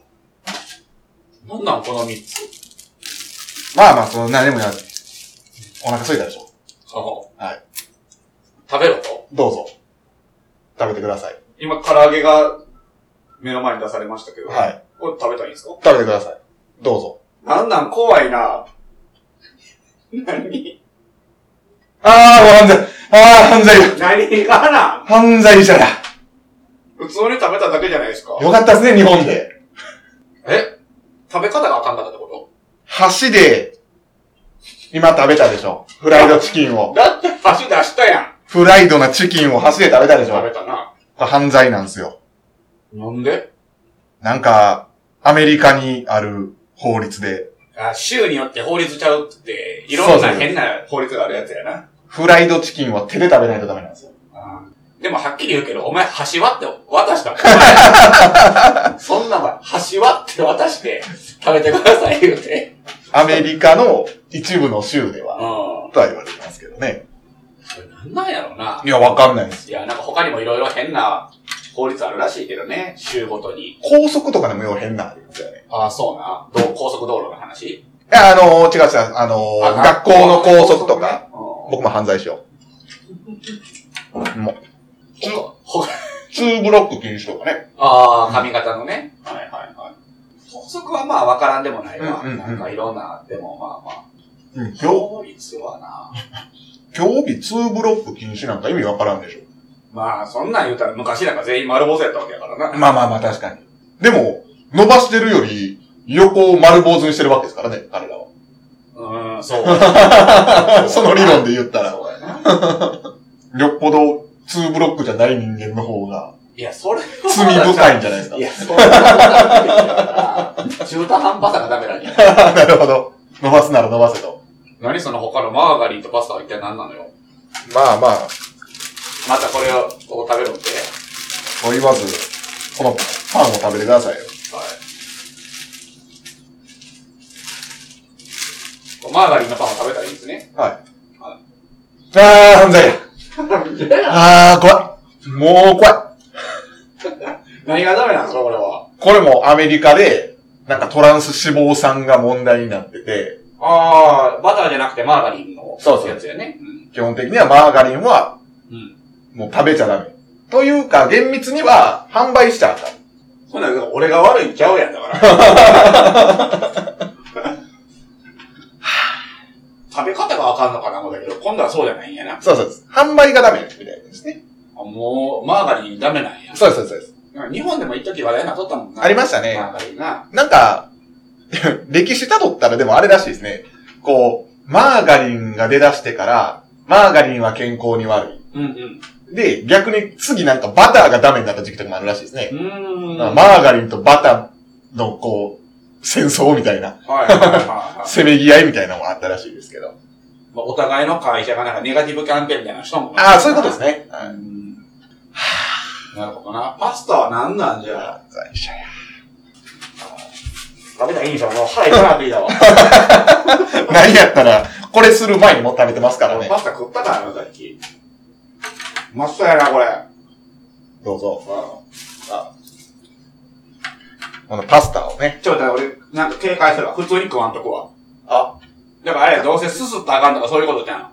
Speaker 2: なんなんこの3つ。
Speaker 1: まあまあ、そんなでもや、お腹空いたでしょ。
Speaker 2: ほう
Speaker 1: はい。
Speaker 2: 食べろと。
Speaker 1: どうぞ。食べてください。
Speaker 2: 今、唐揚げが目の前に出されましたけど。。
Speaker 1: はいい。
Speaker 2: これ食べたらいいんですか
Speaker 1: 食べてください。どうぞ。
Speaker 2: なんなん怖いな。何 [LAUGHS]
Speaker 1: あー、もう犯罪。あー、犯罪だ。
Speaker 2: 何がな
Speaker 1: 犯罪者だ。
Speaker 2: 普通に食べただけじゃないですか。
Speaker 1: よかったですね、日本で。
Speaker 2: え食べ方があかんかったってこ
Speaker 1: 箸で、今食べたでしょ。フライドチキンを
Speaker 2: と。だって箸出したやん。
Speaker 1: フライドなチキンを箸で食べたでしょ。こ
Speaker 2: 食べたな。
Speaker 1: れ犯罪なんですよ。
Speaker 2: なんで
Speaker 1: なんか、アメリカにある法律で、
Speaker 2: あ、州によって法律ちゃうって、いろんな
Speaker 1: そうそう
Speaker 2: 変な法律があるやつやな。
Speaker 1: フライドチキンは手で食べないとダメなんですよ。
Speaker 2: あーでもはっきり言うけど、お前、箸割って渡
Speaker 1: [LAUGHS]
Speaker 2: したもん。そんなもん、箸割って渡して、食べてください言うて。
Speaker 1: アメリカの一部の州では、
Speaker 2: う
Speaker 1: とは言われてますけどね。
Speaker 2: ん。なんなんやろな。
Speaker 1: いや、わかんないです。
Speaker 2: いや、なんか他にもいろいろ変な法律あるらしいけどね、州ごとに。
Speaker 1: 高速とかでもよう変なのありますよね。
Speaker 2: ああ、そうな。どう高速道路の話
Speaker 1: いやあのー、違う違う、あのー、学校の校則とか、。
Speaker 2: うん
Speaker 1: 僕も犯罪しよう。もう、
Speaker 2: ほほ
Speaker 1: 2ブロック禁止とかね。
Speaker 2: ああ、髪型のね。はいはいはい。法則はまあ分からんでもないわ。
Speaker 1: うんうんうん
Speaker 2: なんかいろんな、でもまあまあ。
Speaker 1: うん、今日、
Speaker 2: 法律はな。
Speaker 1: 今日日2ブロック禁止なんか意味わからんでしょ。
Speaker 2: まあ、そんなん言うたら昔なんか全員丸坊主やったわけやからな。
Speaker 1: まあまあまあ、確かに。でも、伸ばしてるより、横を丸坊主にしてるわけですからね、彼らは。
Speaker 2: うーん、そう。
Speaker 1: [LAUGHS] その理論で言ったら、
Speaker 2: そうやな。
Speaker 1: よっぽど2ブロックじゃない人間の方が
Speaker 2: いや、それは。
Speaker 1: 罪深いんじゃないですか
Speaker 2: い。や、そんなことないけどな。中途半端さがダメなんや。
Speaker 1: [LAUGHS] なるほど。伸ばすなら伸ばせと。
Speaker 2: 何その他のマーガリンとパスタは一体何なのよ。
Speaker 1: まあまあ、
Speaker 2: またこれをこう食べろって。
Speaker 1: そう言わず、このパンを食べてくださいよ。
Speaker 2: はい。マーガリンのパンを食べたらいいんです [LAUGHS] ね。
Speaker 1: はい。あー、犯罪や。あー、怖い。もう怖い。
Speaker 2: 何がダメなんですか、これは。
Speaker 1: これもアメリカで、なんかトランス脂肪酸が問題になってて、
Speaker 2: ああ、バターじゃなくてマーガリンの
Speaker 1: そうそう
Speaker 2: やつやね。
Speaker 1: 基本的にはマーガリンは
Speaker 2: うん。うん。
Speaker 1: もう食べちゃダメ。というか、厳密には販売しちゃあかん。
Speaker 2: ほな、俺が悪いんちゃうやんだから。 [LAUGHS] 食べ方があかんのかな、もうだけど、今度はそうじゃないんやな。
Speaker 1: そうそうです。販売がダメみたいなんですね。
Speaker 2: あもう、マーガリンダメなんや。
Speaker 1: そうです、そうですそうです。
Speaker 2: なんか日本でも一時話題になっとったもんな。
Speaker 1: ありましたね
Speaker 2: マーガリンな。
Speaker 1: なんか、 [LAUGHS] 歴史辿ったらでもあれらしいですね。こう、マーガリンが出だしてから、マーガリンは健康に悪
Speaker 2: うんうん。
Speaker 1: い。で、逆に次なんかバターがダメになった時期とかもあるらしいですね。
Speaker 2: うーん。
Speaker 1: マーガリンとバターのこう、戦争みたいな、
Speaker 2: はいはいはいはい。
Speaker 1: せめぎ合いみたいなのもあったらしいですけど。
Speaker 2: まあ、お互いの会社がなんかネガティブキャンペーンみたいなのしたもん
Speaker 1: ああ、そういうことですね。
Speaker 2: う
Speaker 1: はい
Speaker 2: んなるほどな。パスタは何なんじゃ
Speaker 1: 罪者や
Speaker 2: 食べたらいいんでしょもう腹いかなっていい
Speaker 1: [LAUGHS]
Speaker 2: だわ。
Speaker 1: 何やったら、これする前にもう食べてますから
Speaker 2: 俺
Speaker 1: ね。
Speaker 2: パスタ食ったからな、さっき。真っ白やな、これ。
Speaker 1: どうぞ。
Speaker 2: あ
Speaker 1: このパスタをね。
Speaker 2: ちょ、だ俺、なんか警戒するわ。普通に食わんとこは。
Speaker 1: あ、
Speaker 2: だからあれや、どうせすすったらあかんとかそういうことじゃん。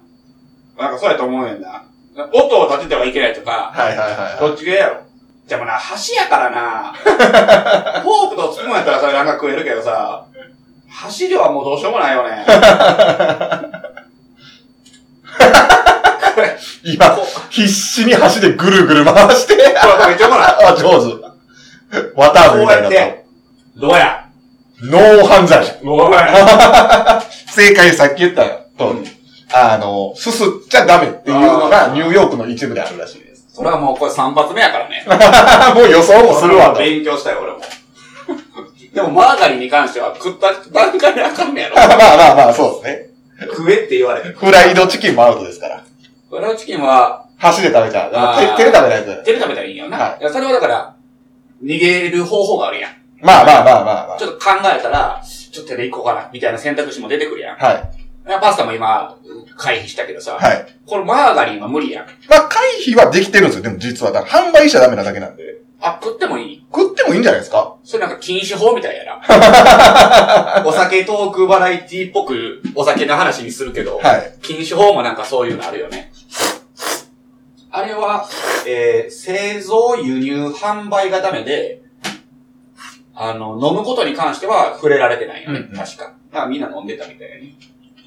Speaker 2: なんかそうやと思うねんな。音を立ててはいけないとか、
Speaker 1: はいはいはいはい。
Speaker 2: どっちがやろ。でもな、箸やか
Speaker 1: [LAUGHS]
Speaker 2: らな。フォークとスプーンやったらそれなんか食えるけどさ、箸ではもうどうしようもないよ
Speaker 1: [LAUGHS]
Speaker 2: ね。これ、
Speaker 1: 今、
Speaker 2: こう、
Speaker 1: 必死に箸でぐるぐる回して。
Speaker 2: これめっちゃもない。
Speaker 1: あ、上手。わたあめみたいになった。
Speaker 2: どうや
Speaker 1: ノー犯罪者。
Speaker 2: おい。
Speaker 1: 正解さっき言ったと、
Speaker 2: うん
Speaker 1: あの、すすっちゃダメっていうのがニューヨークの一部であるらしいです。
Speaker 2: それはもうこれ3発目やか
Speaker 1: [LAUGHS]
Speaker 2: らね。
Speaker 1: あもう予想もするわと。
Speaker 2: 勉強したよ、俺も。でも、マーガリンに関しては、食った段階であかん
Speaker 1: [LAUGHS]
Speaker 2: ねや
Speaker 1: [LAUGHS]
Speaker 2: ろ
Speaker 1: ま。あまあまあ、そうですね。
Speaker 2: 食えって言われて。
Speaker 1: フライドチキンもアウトですから。
Speaker 2: フライドチキンは、
Speaker 1: 箸で食べちゃう
Speaker 2: あ
Speaker 1: 手。
Speaker 2: ー
Speaker 1: 手で食べないと。
Speaker 2: 手で食べたらいいんよな。、
Speaker 1: はい
Speaker 2: や、それはだから、逃げる方法があるやん。
Speaker 1: まあまあまあまあま
Speaker 2: ちょっと考えたら、ちょっと手で行こうかな、みたいな選択肢も出てくるやん。
Speaker 1: あ。はい。
Speaker 2: いやパスタも今、回避したけどさ、
Speaker 1: はい。
Speaker 2: これマーガリンは無理やん。
Speaker 1: まあ、回避はできてるんですよ。でも実は、だから販売しちゃダメなだけなんで。
Speaker 2: あ、食ってもいい
Speaker 1: 食ってもいいんじゃないですか
Speaker 2: それなんか禁止法みたいや
Speaker 1: [LAUGHS]
Speaker 2: な。お酒トークバラエティっぽくお酒の話にするけど、
Speaker 1: はい。
Speaker 2: 禁止法もなんかそういうのあるよね。あれは、えー製造、輸入、販売がダメで、あの、飲むことに関しては触れられてないよね。
Speaker 1: うんうん
Speaker 2: 確か。まあみんな飲んでたみたいやね。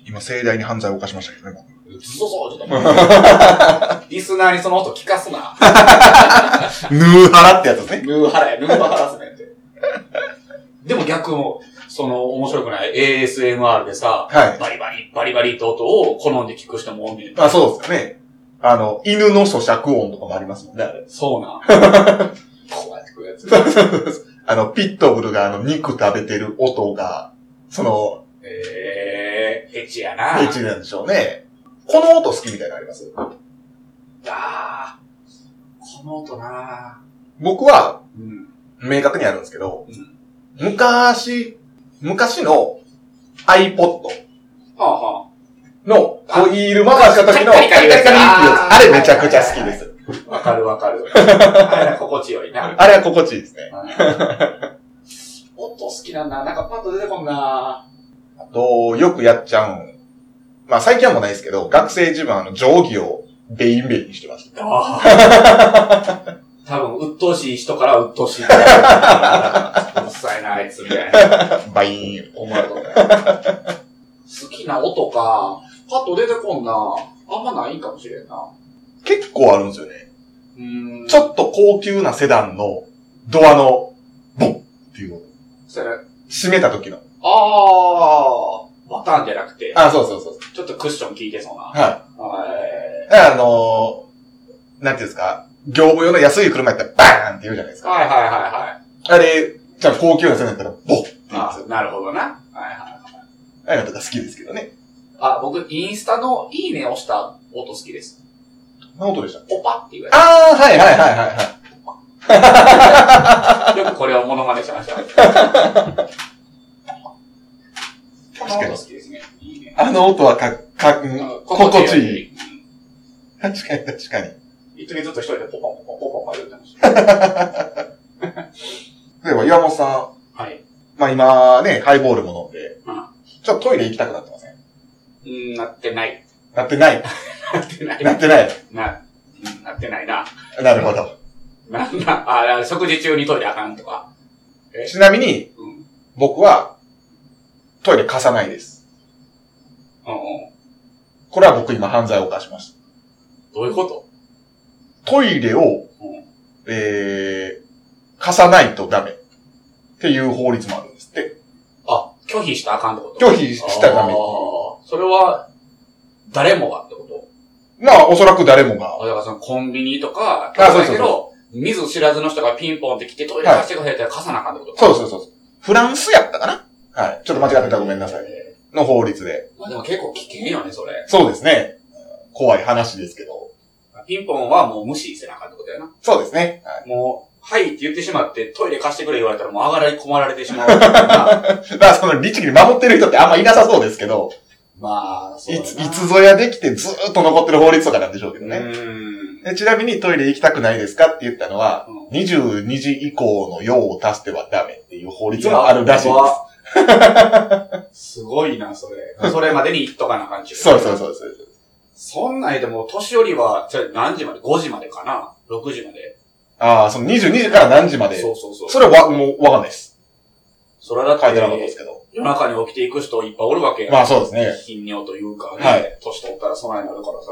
Speaker 1: 今、盛大に犯罪を犯しましたけどね。僕
Speaker 2: うっそそう、ちょっと。
Speaker 1: [LAUGHS]
Speaker 2: リスナーにその音聞かすな。
Speaker 1: ヌーハラってやつですね。
Speaker 2: ヌーハラや、ヌーハラスメントや。でも逆も、その、面白くない ASMR でさ、
Speaker 1: はい
Speaker 2: バリバリ、バリバリって音を好んで聞く人も多いねん
Speaker 1: あ、そうですよね。あの、犬の咀嚼音とかもありますもんね。
Speaker 2: そう [LAUGHS] なん。こうやってくるやつ。
Speaker 1: あの、ピットブルがあの、肉食べてる音が、その、
Speaker 2: えー、エッチやな。
Speaker 1: エッチなんでしょうね。この音好きみたいなのあります
Speaker 2: あーこの音な
Speaker 1: 僕は、
Speaker 2: うん。
Speaker 1: 明確にあるんですけど
Speaker 2: う、
Speaker 1: 昔、昔の iPod
Speaker 2: はあは
Speaker 1: のホイール回した時の、
Speaker 2: あ
Speaker 1: カリカリカリカリっていうやつ。あ
Speaker 2: あー
Speaker 1: れめちゃくちゃ好きです。
Speaker 2: あ。わかるわかる。あれは心地よい [LAUGHS] な。
Speaker 1: あれは心地いいですね。
Speaker 2: 音好きなんだ。なんかパッと出てこんな。
Speaker 1: あと、よくやっちゃうん。まあ最近はもうないですけど、学生時分あの、定規をベインベインにしてました。
Speaker 2: ああ。多分、鬱陶しい人から鬱陶しい。うっさいな、あいつみたいな。
Speaker 1: バイーン。
Speaker 2: 思われたことない好きな音か、パッと出てこんな。あんまないんかもしれんな。
Speaker 1: 結構あるんですよね。
Speaker 2: うーん。
Speaker 1: ちょっと高級なセダンのドアのボンっていう音。
Speaker 2: それ、あ
Speaker 1: 閉めた時の。
Speaker 2: あ、バターンじゃなくて、
Speaker 1: あ、そうそうそうそう。
Speaker 2: ちょっとクッション効いてそうな。
Speaker 1: は
Speaker 2: はい
Speaker 1: い。だからあのー、なんていうんですか、業務用の安い車やったらバーンって言うじゃないですか。
Speaker 2: はいはいはいはい。
Speaker 1: あれ、じゃあ高級なセダンやったらボンって言うんです
Speaker 2: あ
Speaker 1: よ。
Speaker 2: なるほどな。はいはい。
Speaker 1: ああいうのとか好きですけどね。
Speaker 2: あ、僕、インスタのいいね押した音好きです。
Speaker 1: 何音でした
Speaker 2: ポパっていうや
Speaker 1: ああ、はいはいはいはいはい。
Speaker 2: つ。よくこれをモノマネしてました。この音好きですね。いいね。
Speaker 1: [LAUGHS] あの音はか、か、うん
Speaker 2: うん
Speaker 1: 心地いい。
Speaker 2: い。
Speaker 1: 確かに確かに。
Speaker 2: 一時ずっと一人でポパポパポパポパ言ってました。
Speaker 1: 例えば岩本さ
Speaker 2: はい。
Speaker 1: ん、まあ今ね、ハイボールも飲んで
Speaker 2: うん、
Speaker 1: ちょっとトイレ行きたくなってません
Speaker 2: うん、なってない。
Speaker 1: なってない。
Speaker 2: なってない。
Speaker 1: なってない。
Speaker 2: な、うんなってないな。
Speaker 1: なるほど。
Speaker 2: なんだ、あ、食事中にトイレあかんとか。
Speaker 1: ちなみに、
Speaker 2: うん。うん
Speaker 1: 僕は、トイレ貸さないです。
Speaker 2: うん。
Speaker 1: これは僕今犯罪を犯しまし
Speaker 2: どういうこと
Speaker 1: た。トイレを、
Speaker 2: うん
Speaker 1: えー、貸さないとダメ。っていう法律もあるんですって。
Speaker 2: あ、拒否したらあかんってこと
Speaker 1: 拒否したらダメ
Speaker 2: あー。それは、誰もがってこと
Speaker 1: まあ、おそらく誰もが。
Speaker 2: あ、だからそのコンビニとか、
Speaker 1: あそうそうそう
Speaker 2: だけど、見ず知らずの人がピンポンって来てトイレ貸してくれたら貸さなあかんってこと
Speaker 1: そうそうそうそう。フランスやったかなはい。ちょっと間違ってたらごめんなさい。
Speaker 2: い。
Speaker 1: の法律で。
Speaker 2: まあでも結構危険よね、それ。
Speaker 1: そうですね。怖い話ですけど。
Speaker 2: ピンポンはもう無視せなあかんってことやな。
Speaker 1: そうですね。は
Speaker 2: もう、はいって言ってしまって、トイレ貸してくれ言われたらもう上がり困られてしまうから。
Speaker 1: い。まあ、その律儀に守ってる人ってあんまいなさそうですけど、
Speaker 2: まあ、そう
Speaker 1: い
Speaker 2: だな
Speaker 1: つ、いつぞやできてずーっと残ってる法律とかなんでしょうけど
Speaker 2: う
Speaker 1: ね。
Speaker 2: ーん。
Speaker 1: でちなみにトイレ行きたくないですかって言ったのは、22時以降の用を足してはダメっていう法律もあるらしい
Speaker 2: や
Speaker 1: で
Speaker 2: ばすごいな、それ。それまでに言っとかな感じ。
Speaker 1: す。そうそうそうそう。
Speaker 2: そんなんでも、年寄りは、じゃあ何時まで ?5 時までかな ?6 時まで。
Speaker 1: ああ、その22時から何時まで。
Speaker 2: そうそうそう。
Speaker 1: それは、もう、わかんないです。
Speaker 2: それはだ
Speaker 1: 書い
Speaker 2: って
Speaker 1: なかったです
Speaker 2: て、
Speaker 1: けど。
Speaker 2: 夜中に起きていく人いっぱいおるわけやん。
Speaker 1: まあそうですね。
Speaker 2: 頻尿というかね、
Speaker 1: はい
Speaker 2: 年取ったら備えになるからさ。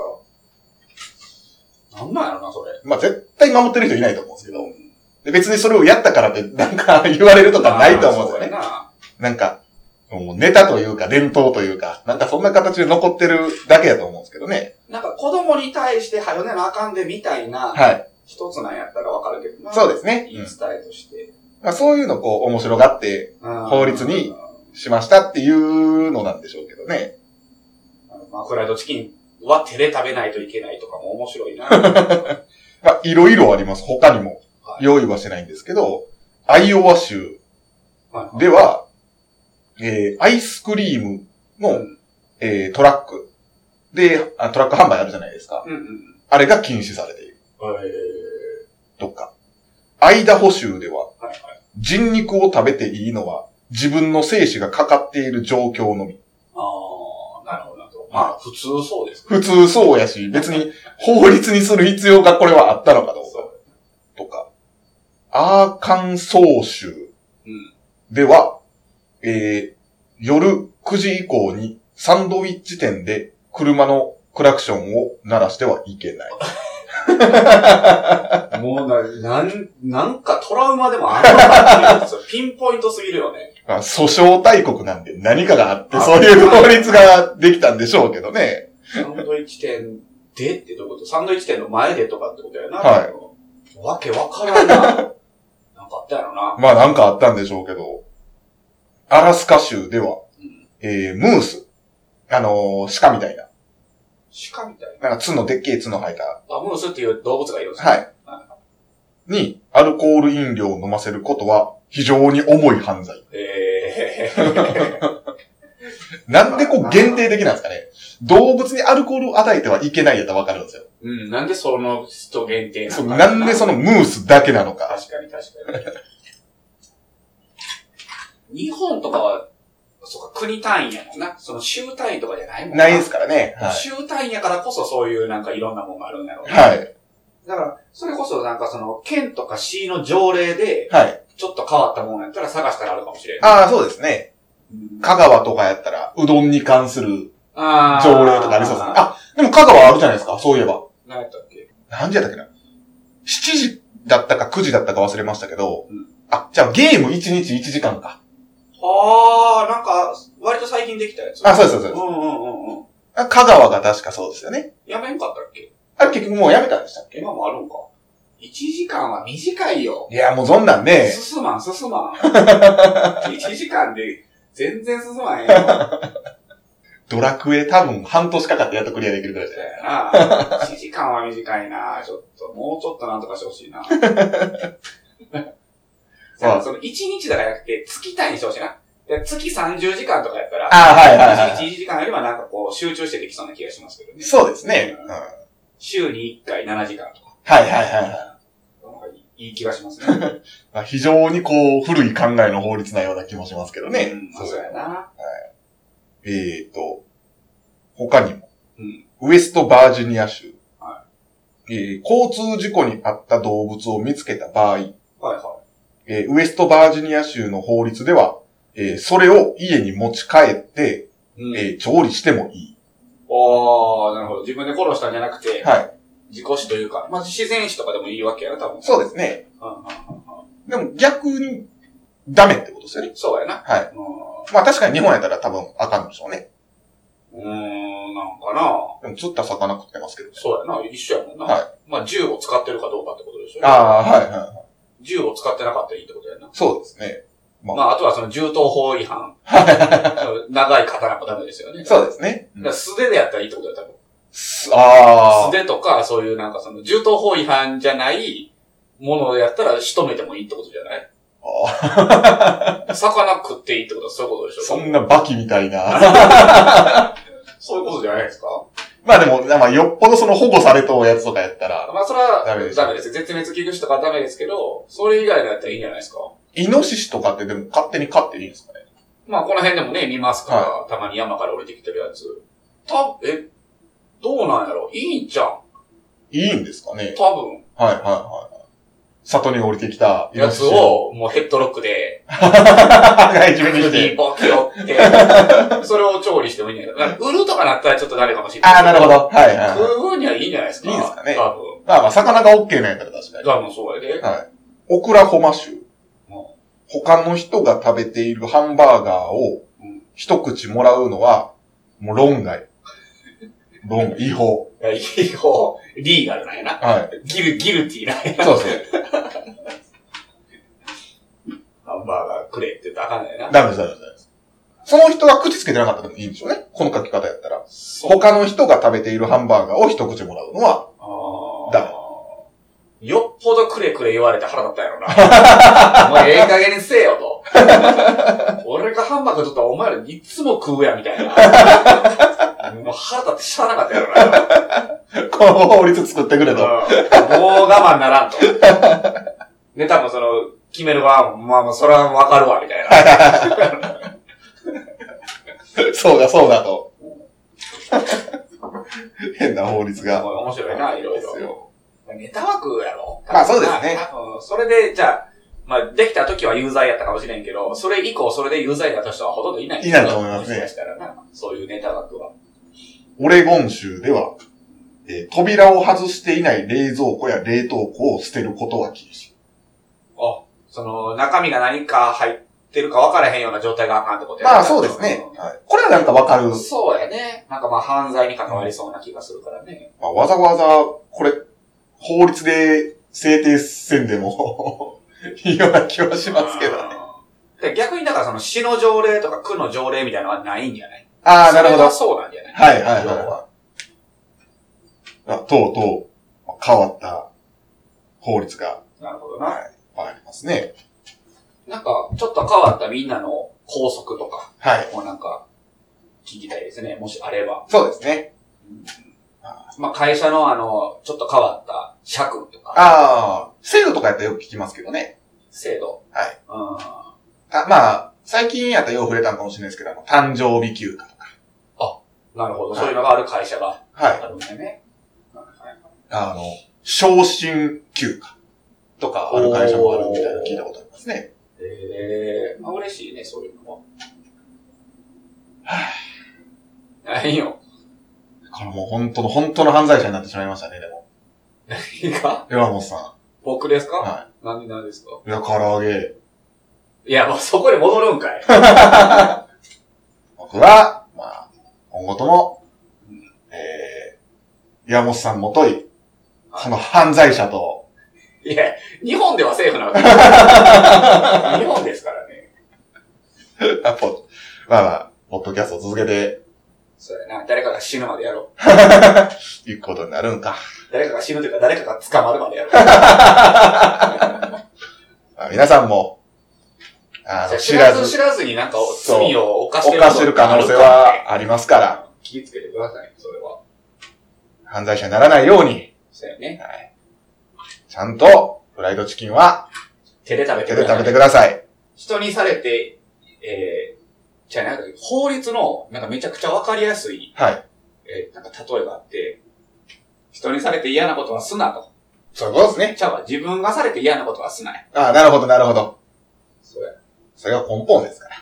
Speaker 2: なんなんやろな、それ。
Speaker 1: まあ絶対守ってる人いないと思うんですけど。
Speaker 2: ん
Speaker 1: で別にそれをやったからって、なんか [LAUGHS] 言われるとかないと思うんですよね。
Speaker 2: まあ
Speaker 1: なんか、もうネタというか伝統というか、なんかそんな形で残ってるだけやと思うんですけどね。
Speaker 2: そうやななんか子供に対して、はよねなあかんで、みたいな、
Speaker 1: はい。
Speaker 2: 一つなんやったらわかるけどな。
Speaker 1: そうですね。う
Speaker 2: 言い
Speaker 1: ん
Speaker 2: 伝えとして。
Speaker 1: まあそういうのをこう面白がって
Speaker 2: 法
Speaker 1: 法律にしましたっていうのなんでしょうけどね。
Speaker 2: まあ、フライドチキンは手で食べないといけないとかも面白い
Speaker 1: [LAUGHS]
Speaker 2: な。は
Speaker 1: まあ、いろいろあります。他にも
Speaker 2: は。い
Speaker 1: 用意はしてないんですけど、アイオワ州
Speaker 2: い
Speaker 1: では、えー、アイスクリーム
Speaker 2: う
Speaker 1: の、
Speaker 2: ん
Speaker 1: えー、トラックであ、トラック販売あるじゃないですか。
Speaker 2: うんうん。
Speaker 1: あれが禁止されている
Speaker 2: えー
Speaker 1: とか。アイダホ州では
Speaker 2: はいは、
Speaker 1: 人肉を食べていいのは、自分の精子がかかっている状況のみ。
Speaker 2: ああ、なるほどなるほど。まあ、普通そうですね。
Speaker 1: 普通そうやし、別に法律にする必要がこれはあったのかどうか。とか、アーカンソー州
Speaker 2: うん
Speaker 1: では、えー夜9時以降にサンドイッチ店で車のクラクションを鳴らしてはいけない。
Speaker 2: もうな、なん、なんかトラウマ
Speaker 1: [LAUGHS]
Speaker 2: でもあんのかっていうピンポイントすぎるよね。
Speaker 1: まあ、訴訟大国なんで何かがあって、そういう法律ができたんでしょうけどね。
Speaker 2: サンドイッチ店でってどういうことサンドイッチ店の前でとかってことやな。。
Speaker 1: はい
Speaker 2: わけわからんな。 [LAUGHS] なんかあったやろな。
Speaker 1: まあなんかあったんでしょうけど。アラスカ州では、えー、ムース。あのー鹿みたいな。
Speaker 2: 鹿みたい
Speaker 1: なんか角、でっけえ角生えた。
Speaker 2: な。あ、ムースっていう動物がいるんですね
Speaker 1: はい。に、アルコール飲料を飲ませることは非常に重い犯罪。
Speaker 2: えー、 [LAUGHS]
Speaker 1: なんでこう限定的なんですかね。動物にアルコールを与えてはいけないやったらわかるんですよ。
Speaker 2: うん、なんでその人限定な
Speaker 1: そう
Speaker 2: のか
Speaker 1: なんでそのムースだけなのか。
Speaker 2: 確かに確かに。日本とかは、そうか、国単位やもんな。その州単位とかじゃないもん
Speaker 1: ないですからね。はい。
Speaker 2: 州単位やからこそそういうなんかいろんなもんがあるんだろうね。
Speaker 1: はい。
Speaker 2: だから、それこそなんかその、県とか市の条例で、
Speaker 1: はい。
Speaker 2: ちょっと変わったものやったら探したらあるかもしれん。
Speaker 1: ああ、そうですね。
Speaker 2: うん
Speaker 1: 香川とかやったら、うどんに関する
Speaker 2: あー
Speaker 1: 条例とかありそうですね。あ、でも香川あるじゃないですか、そういえば。
Speaker 2: 何やったっけ
Speaker 1: 何時やったっけな ?7 時だったか9時だったか忘れましたけど、
Speaker 2: うん
Speaker 1: あ、じゃあゲーム1日1時間か。
Speaker 2: あー、なんか、割と最近できたやつ。
Speaker 1: あ、そうです、そうです
Speaker 2: う。んうんうんうん。
Speaker 1: あ香川が確かそうですよね。
Speaker 2: やめんかったっけ
Speaker 1: あれ結局もうやめたんでしたっけ
Speaker 2: 今もあるんか。1時間は短いよ。
Speaker 1: いや、もうそんなんね、
Speaker 2: 進まん、
Speaker 1: [LAUGHS]
Speaker 2: 進まん。1時間で全然進まへんよ。だ
Speaker 1: ドラクエ多分半年かかってやっとクリアできるぐらいじゃない
Speaker 2: よな。1時間は短いな。ちょっと、もうちょっとなんとかしてほしい
Speaker 1: [LAUGHS]
Speaker 2: な。
Speaker 1: まあ
Speaker 2: その1日だからなくて、月単位にしてほしいな。で月30時間とかやったら、
Speaker 1: あはいはいはい
Speaker 2: 1日1時間よりはなんかこう集中してできそうな気がしますけどね。
Speaker 1: そうですね。うん。はい
Speaker 2: 週に1回7時間とか。
Speaker 1: はいはいはい。
Speaker 2: なんかいいいい気がしますね。
Speaker 1: まあ、非常にこう、古い考えの法律なような気もしますけど [LAUGHS] ね。
Speaker 2: うんまあそうやな。
Speaker 1: えーと、他にも、
Speaker 2: うん
Speaker 1: ウエストバージニア州、
Speaker 2: は
Speaker 1: えー交通事故に遭った動物を見つけた場合、
Speaker 2: はいは
Speaker 1: えーウエストバージニア州の法律では、えーそれを家に持ち帰って、
Speaker 2: い。うん
Speaker 1: えー調理してもいい。
Speaker 2: おー、なるほど。自分で殺したんじゃなくて、
Speaker 1: はい。
Speaker 2: 自己死というか、まあ、自然死とかでもいいわけやな、多分。
Speaker 1: そうですね。
Speaker 2: うんうんうん
Speaker 1: でも逆に、ダメってことですよね
Speaker 2: う。ん。そうやな。
Speaker 1: はい。
Speaker 2: う
Speaker 1: まあ確かに日本やったら多分あかんでしょうね。
Speaker 2: ん、うーんなんかな。
Speaker 1: でも釣った魚食ってますけどね。
Speaker 2: そうやな。一緒やもんな。。
Speaker 1: はい
Speaker 2: まあ、銃を使ってるかどうかってことでしょ。
Speaker 1: ああ、はいはい。
Speaker 2: 銃を使ってなかったらいいってことやな。
Speaker 1: そうですね。まあ
Speaker 2: まあ、あとはその銃刀法違 [LAUGHS] 反。長い刀もダメですよね。
Speaker 1: そうですね。
Speaker 2: だから素手でやったらいいってことや、多分。
Speaker 1: すあ
Speaker 2: 素手とか、そういうなんかその、銃刀法違反じゃないものをやったら仕留めてもいいってことじゃ [LAUGHS] ない
Speaker 1: あ。
Speaker 2: 魚食っていいってことはそういうことでしょ
Speaker 1: そんなバキみたいな。
Speaker 2: そういうことじゃないですか
Speaker 1: まあでも、まあよっぽどその保護されとうやつとかやったら、
Speaker 2: まあ、それは
Speaker 1: ダ
Speaker 2: ダ
Speaker 1: メ
Speaker 2: メ
Speaker 1: で
Speaker 2: ですす。絶滅危惧種とかはダメですけど、それ以外のやったらいいんじゃないですか。
Speaker 1: イノシシとかってでも勝手に飼っていいんですかね
Speaker 2: まあ、この辺でもね、見ますから、たまに山から降りてきてるやつ。た、え、どうなんやろいいんじゃん。
Speaker 1: いいんですかね
Speaker 2: 多分。
Speaker 1: はいはいはいはい。里に降りてきたイノ
Speaker 2: や
Speaker 1: シシ
Speaker 2: つ。を、もうヘッドロックで、
Speaker 1: がいじめにして。
Speaker 2: 首ボキ折って、
Speaker 1: [LAUGHS]
Speaker 2: それを調理してもいいんじゃないかな。売るとかなったらちょっとダメかもしれない。
Speaker 1: ああ、なるほ。ど。はいはいはい。
Speaker 2: 食う分にはいいんじゃないですか。
Speaker 1: いいですかね
Speaker 2: 多分。
Speaker 1: まあまあ、魚が OK なんやったら確かに。
Speaker 2: 多分そうやで。
Speaker 1: オクラホマ州
Speaker 2: うん。
Speaker 1: 他の人が食べているハンバーガーを
Speaker 2: うん
Speaker 1: 一口もらうのは、もう論外。論、違法。
Speaker 2: いや違法、リーガルなんやな。
Speaker 1: は
Speaker 2: ギル、ギルティーなんや
Speaker 1: い。そうそう。
Speaker 2: ハンバーガーくれって言ったらあかんねんな。
Speaker 1: ダメです、ダメですダメです。その人が口つけてなかったらでもいいんでしょうね。この書き方やったら。
Speaker 2: そう
Speaker 1: 他の人が食べているハンバーガーを一口もらうのは、
Speaker 2: あ
Speaker 1: だ
Speaker 2: だ。よっぽどくれくれ言われて腹立ったんやろな。お前ええ加減にせえよと。 [LAUGHS] 俺がハンバーグ取ったらお前らいつも食うやみたいな。もう腹立ってしゃあなかったやろな。
Speaker 1: この法律作ってくれと。
Speaker 2: うんもう我慢ならんと。で、多分その、決める側も、まあまあ、それはわかるわ、みたいな。
Speaker 1: そうだ、そうだと。 [LAUGHS] 変な法律が。
Speaker 2: 面白いな、いろいろ。
Speaker 1: ろ。
Speaker 2: ネタ枠やろ
Speaker 1: まあそうですね。
Speaker 2: 多分それで、じゃあ、まあ、できた時は有罪やったかもしれんけど、それ以降、それで有罪だった人はほとんどいない。
Speaker 1: いないと思いますね
Speaker 2: もしかしたらな、そういうネタ枠は。
Speaker 1: オレゴン州では、えー扉を外していない冷蔵庫や冷凍庫を捨てることは禁止。
Speaker 2: あ、その、中身が何か入ってるか分からへんような状態があかんってことやな
Speaker 1: まあそうですね。はい、これはなんかわかる。
Speaker 2: そうやね。なんかまあ犯罪に関わりそうな気がするからね。
Speaker 1: まあ、わざわざ、これ、法律で制定せんでも、 [LAUGHS] いいような気はしますけどね。
Speaker 2: で逆にだからその死の条例とか苦の条例みたいなのはないんじゃない
Speaker 1: ああ、なるほど。
Speaker 2: それ
Speaker 1: は
Speaker 2: はそうなんじゃない
Speaker 1: いはいはいはい。あとうとう、変わった法律が
Speaker 2: なるほどな。
Speaker 1: ありますね。
Speaker 2: なんか、ちょっと変わったみんなの拘束とか、
Speaker 1: はい。
Speaker 2: もうなんか、聞きたいですね。もしあれば。
Speaker 1: そうですね。
Speaker 2: まあ会社のあの、ちょっと変わった社訓とか、
Speaker 1: ああ、制度とかやったらよく聞きますけどね。
Speaker 2: 制度。
Speaker 1: はい。
Speaker 2: うん。
Speaker 1: あまあ、最近やったらよう触れたのかもしれないですけど、あの誕生日休暇。
Speaker 2: なるほど。
Speaker 1: はい
Speaker 2: そういうのがある会社が
Speaker 1: はい。
Speaker 2: あるんだよね。
Speaker 1: あの、昇進休暇とかある会社もあるみたいなの聞いたことありますね。
Speaker 2: ええまあ嬉しいね、そういうのも。はい。何よ。
Speaker 1: これもう本当の、本当の犯罪者になってしまいましたね、でも。
Speaker 2: いいか
Speaker 1: 山本さ
Speaker 2: 僕です
Speaker 1: ん。
Speaker 2: か
Speaker 1: は
Speaker 2: なんでなんですか
Speaker 1: い。いや、唐揚げ。
Speaker 2: いや、もうそこに戻るんかい。
Speaker 1: 僕は、まあ、今後とも、えー、山本さんもとい、この犯罪者と、
Speaker 2: いや、日本ではセ
Speaker 1: [LAUGHS]
Speaker 2: ーフなわけ。日本ですからね。
Speaker 1: あポまあまあ、ポッドキャストを続けて
Speaker 2: そうやな。誰かが死ぬまでやろう。
Speaker 1: いくことになるんか。
Speaker 2: 誰かが死ぬというか、誰かが捕まるまで
Speaker 1: [LAUGHS]
Speaker 2: やろう。
Speaker 1: まあ、皆さんも、あの、知
Speaker 2: 知
Speaker 1: ら
Speaker 2: らず
Speaker 1: ず、
Speaker 2: 知らずになんか
Speaker 1: そう
Speaker 2: 罪を犯してる
Speaker 1: 犯してる可能性はありますから、
Speaker 2: 気をつけてください、それは。
Speaker 1: 犯罪者にならないように、
Speaker 2: そうやね。
Speaker 1: ちゃんと、フライドチキンは
Speaker 2: 手で食べて
Speaker 1: 手で
Speaker 2: ください
Speaker 1: 食べてください。
Speaker 2: 人にされて、えー、じゃあなんか法律の、なんかめちゃくちゃわかりやすい、
Speaker 1: はい。
Speaker 2: えー、なんか例えがあって、人にされて嫌なことはすなと。
Speaker 1: そういうことですね。
Speaker 2: じゃあ自分がされて嫌なことはすない。
Speaker 1: ああ、なるほど、なるほど。
Speaker 2: そうや。
Speaker 1: それが根本ですから。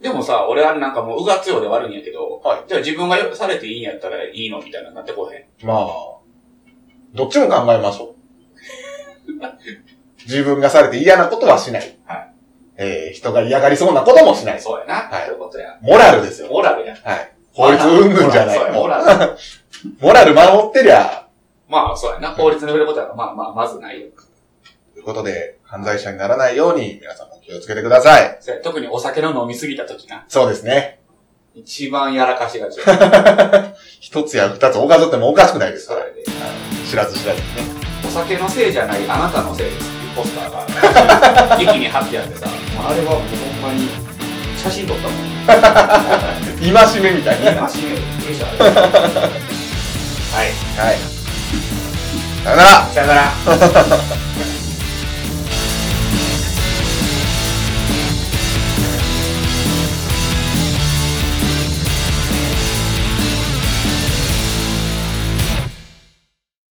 Speaker 2: でもさ、俺はなんかもううがつようで悪いんやけど、
Speaker 1: はい
Speaker 2: じゃあ自分がよされていいんやったらいいのみたいななってこうへん。
Speaker 1: まあ、どっちも考えまし
Speaker 2: [LAUGHS]
Speaker 1: ょう。自分がされて嫌なことはしない。
Speaker 2: はい
Speaker 1: えー人が嫌がりそうなこともしない。
Speaker 2: そうやな。
Speaker 1: はい
Speaker 2: そういうことや。
Speaker 1: モラルですよ。
Speaker 2: モラルや。
Speaker 1: はい。法律云々じゃな
Speaker 2: そうや
Speaker 1: い。
Speaker 2: モ
Speaker 1: も
Speaker 2: ラル。
Speaker 1: うモラル守ってりゃ、
Speaker 2: まあ、そうやな。法律に触れることは、まあまあ、まずないよ。
Speaker 1: ということで、犯罪者にならないように、皆さんも気をつけてください。
Speaker 2: そうや特にお酒の飲みすぎた時な。
Speaker 1: そうですね。
Speaker 2: 一番やらかしがちや。
Speaker 1: 一つや二つおかずってもおかしくないです
Speaker 2: そ
Speaker 1: から。
Speaker 2: れで。
Speaker 1: 知らず知らずですね。
Speaker 2: お酒のせいじゃない、あなたのせいですっていうポスター
Speaker 1: [LAUGHS]
Speaker 2: が、駅に貼ってあってさ、もうあれはもうほんまに、写
Speaker 1: [LAUGHS]
Speaker 2: 真撮ったもん。
Speaker 1: 今しめみたいな。はい。
Speaker 2: 初めてびっく
Speaker 1: [LAUGHS]
Speaker 2: りした。はい。
Speaker 1: さよなら
Speaker 2: さよなら。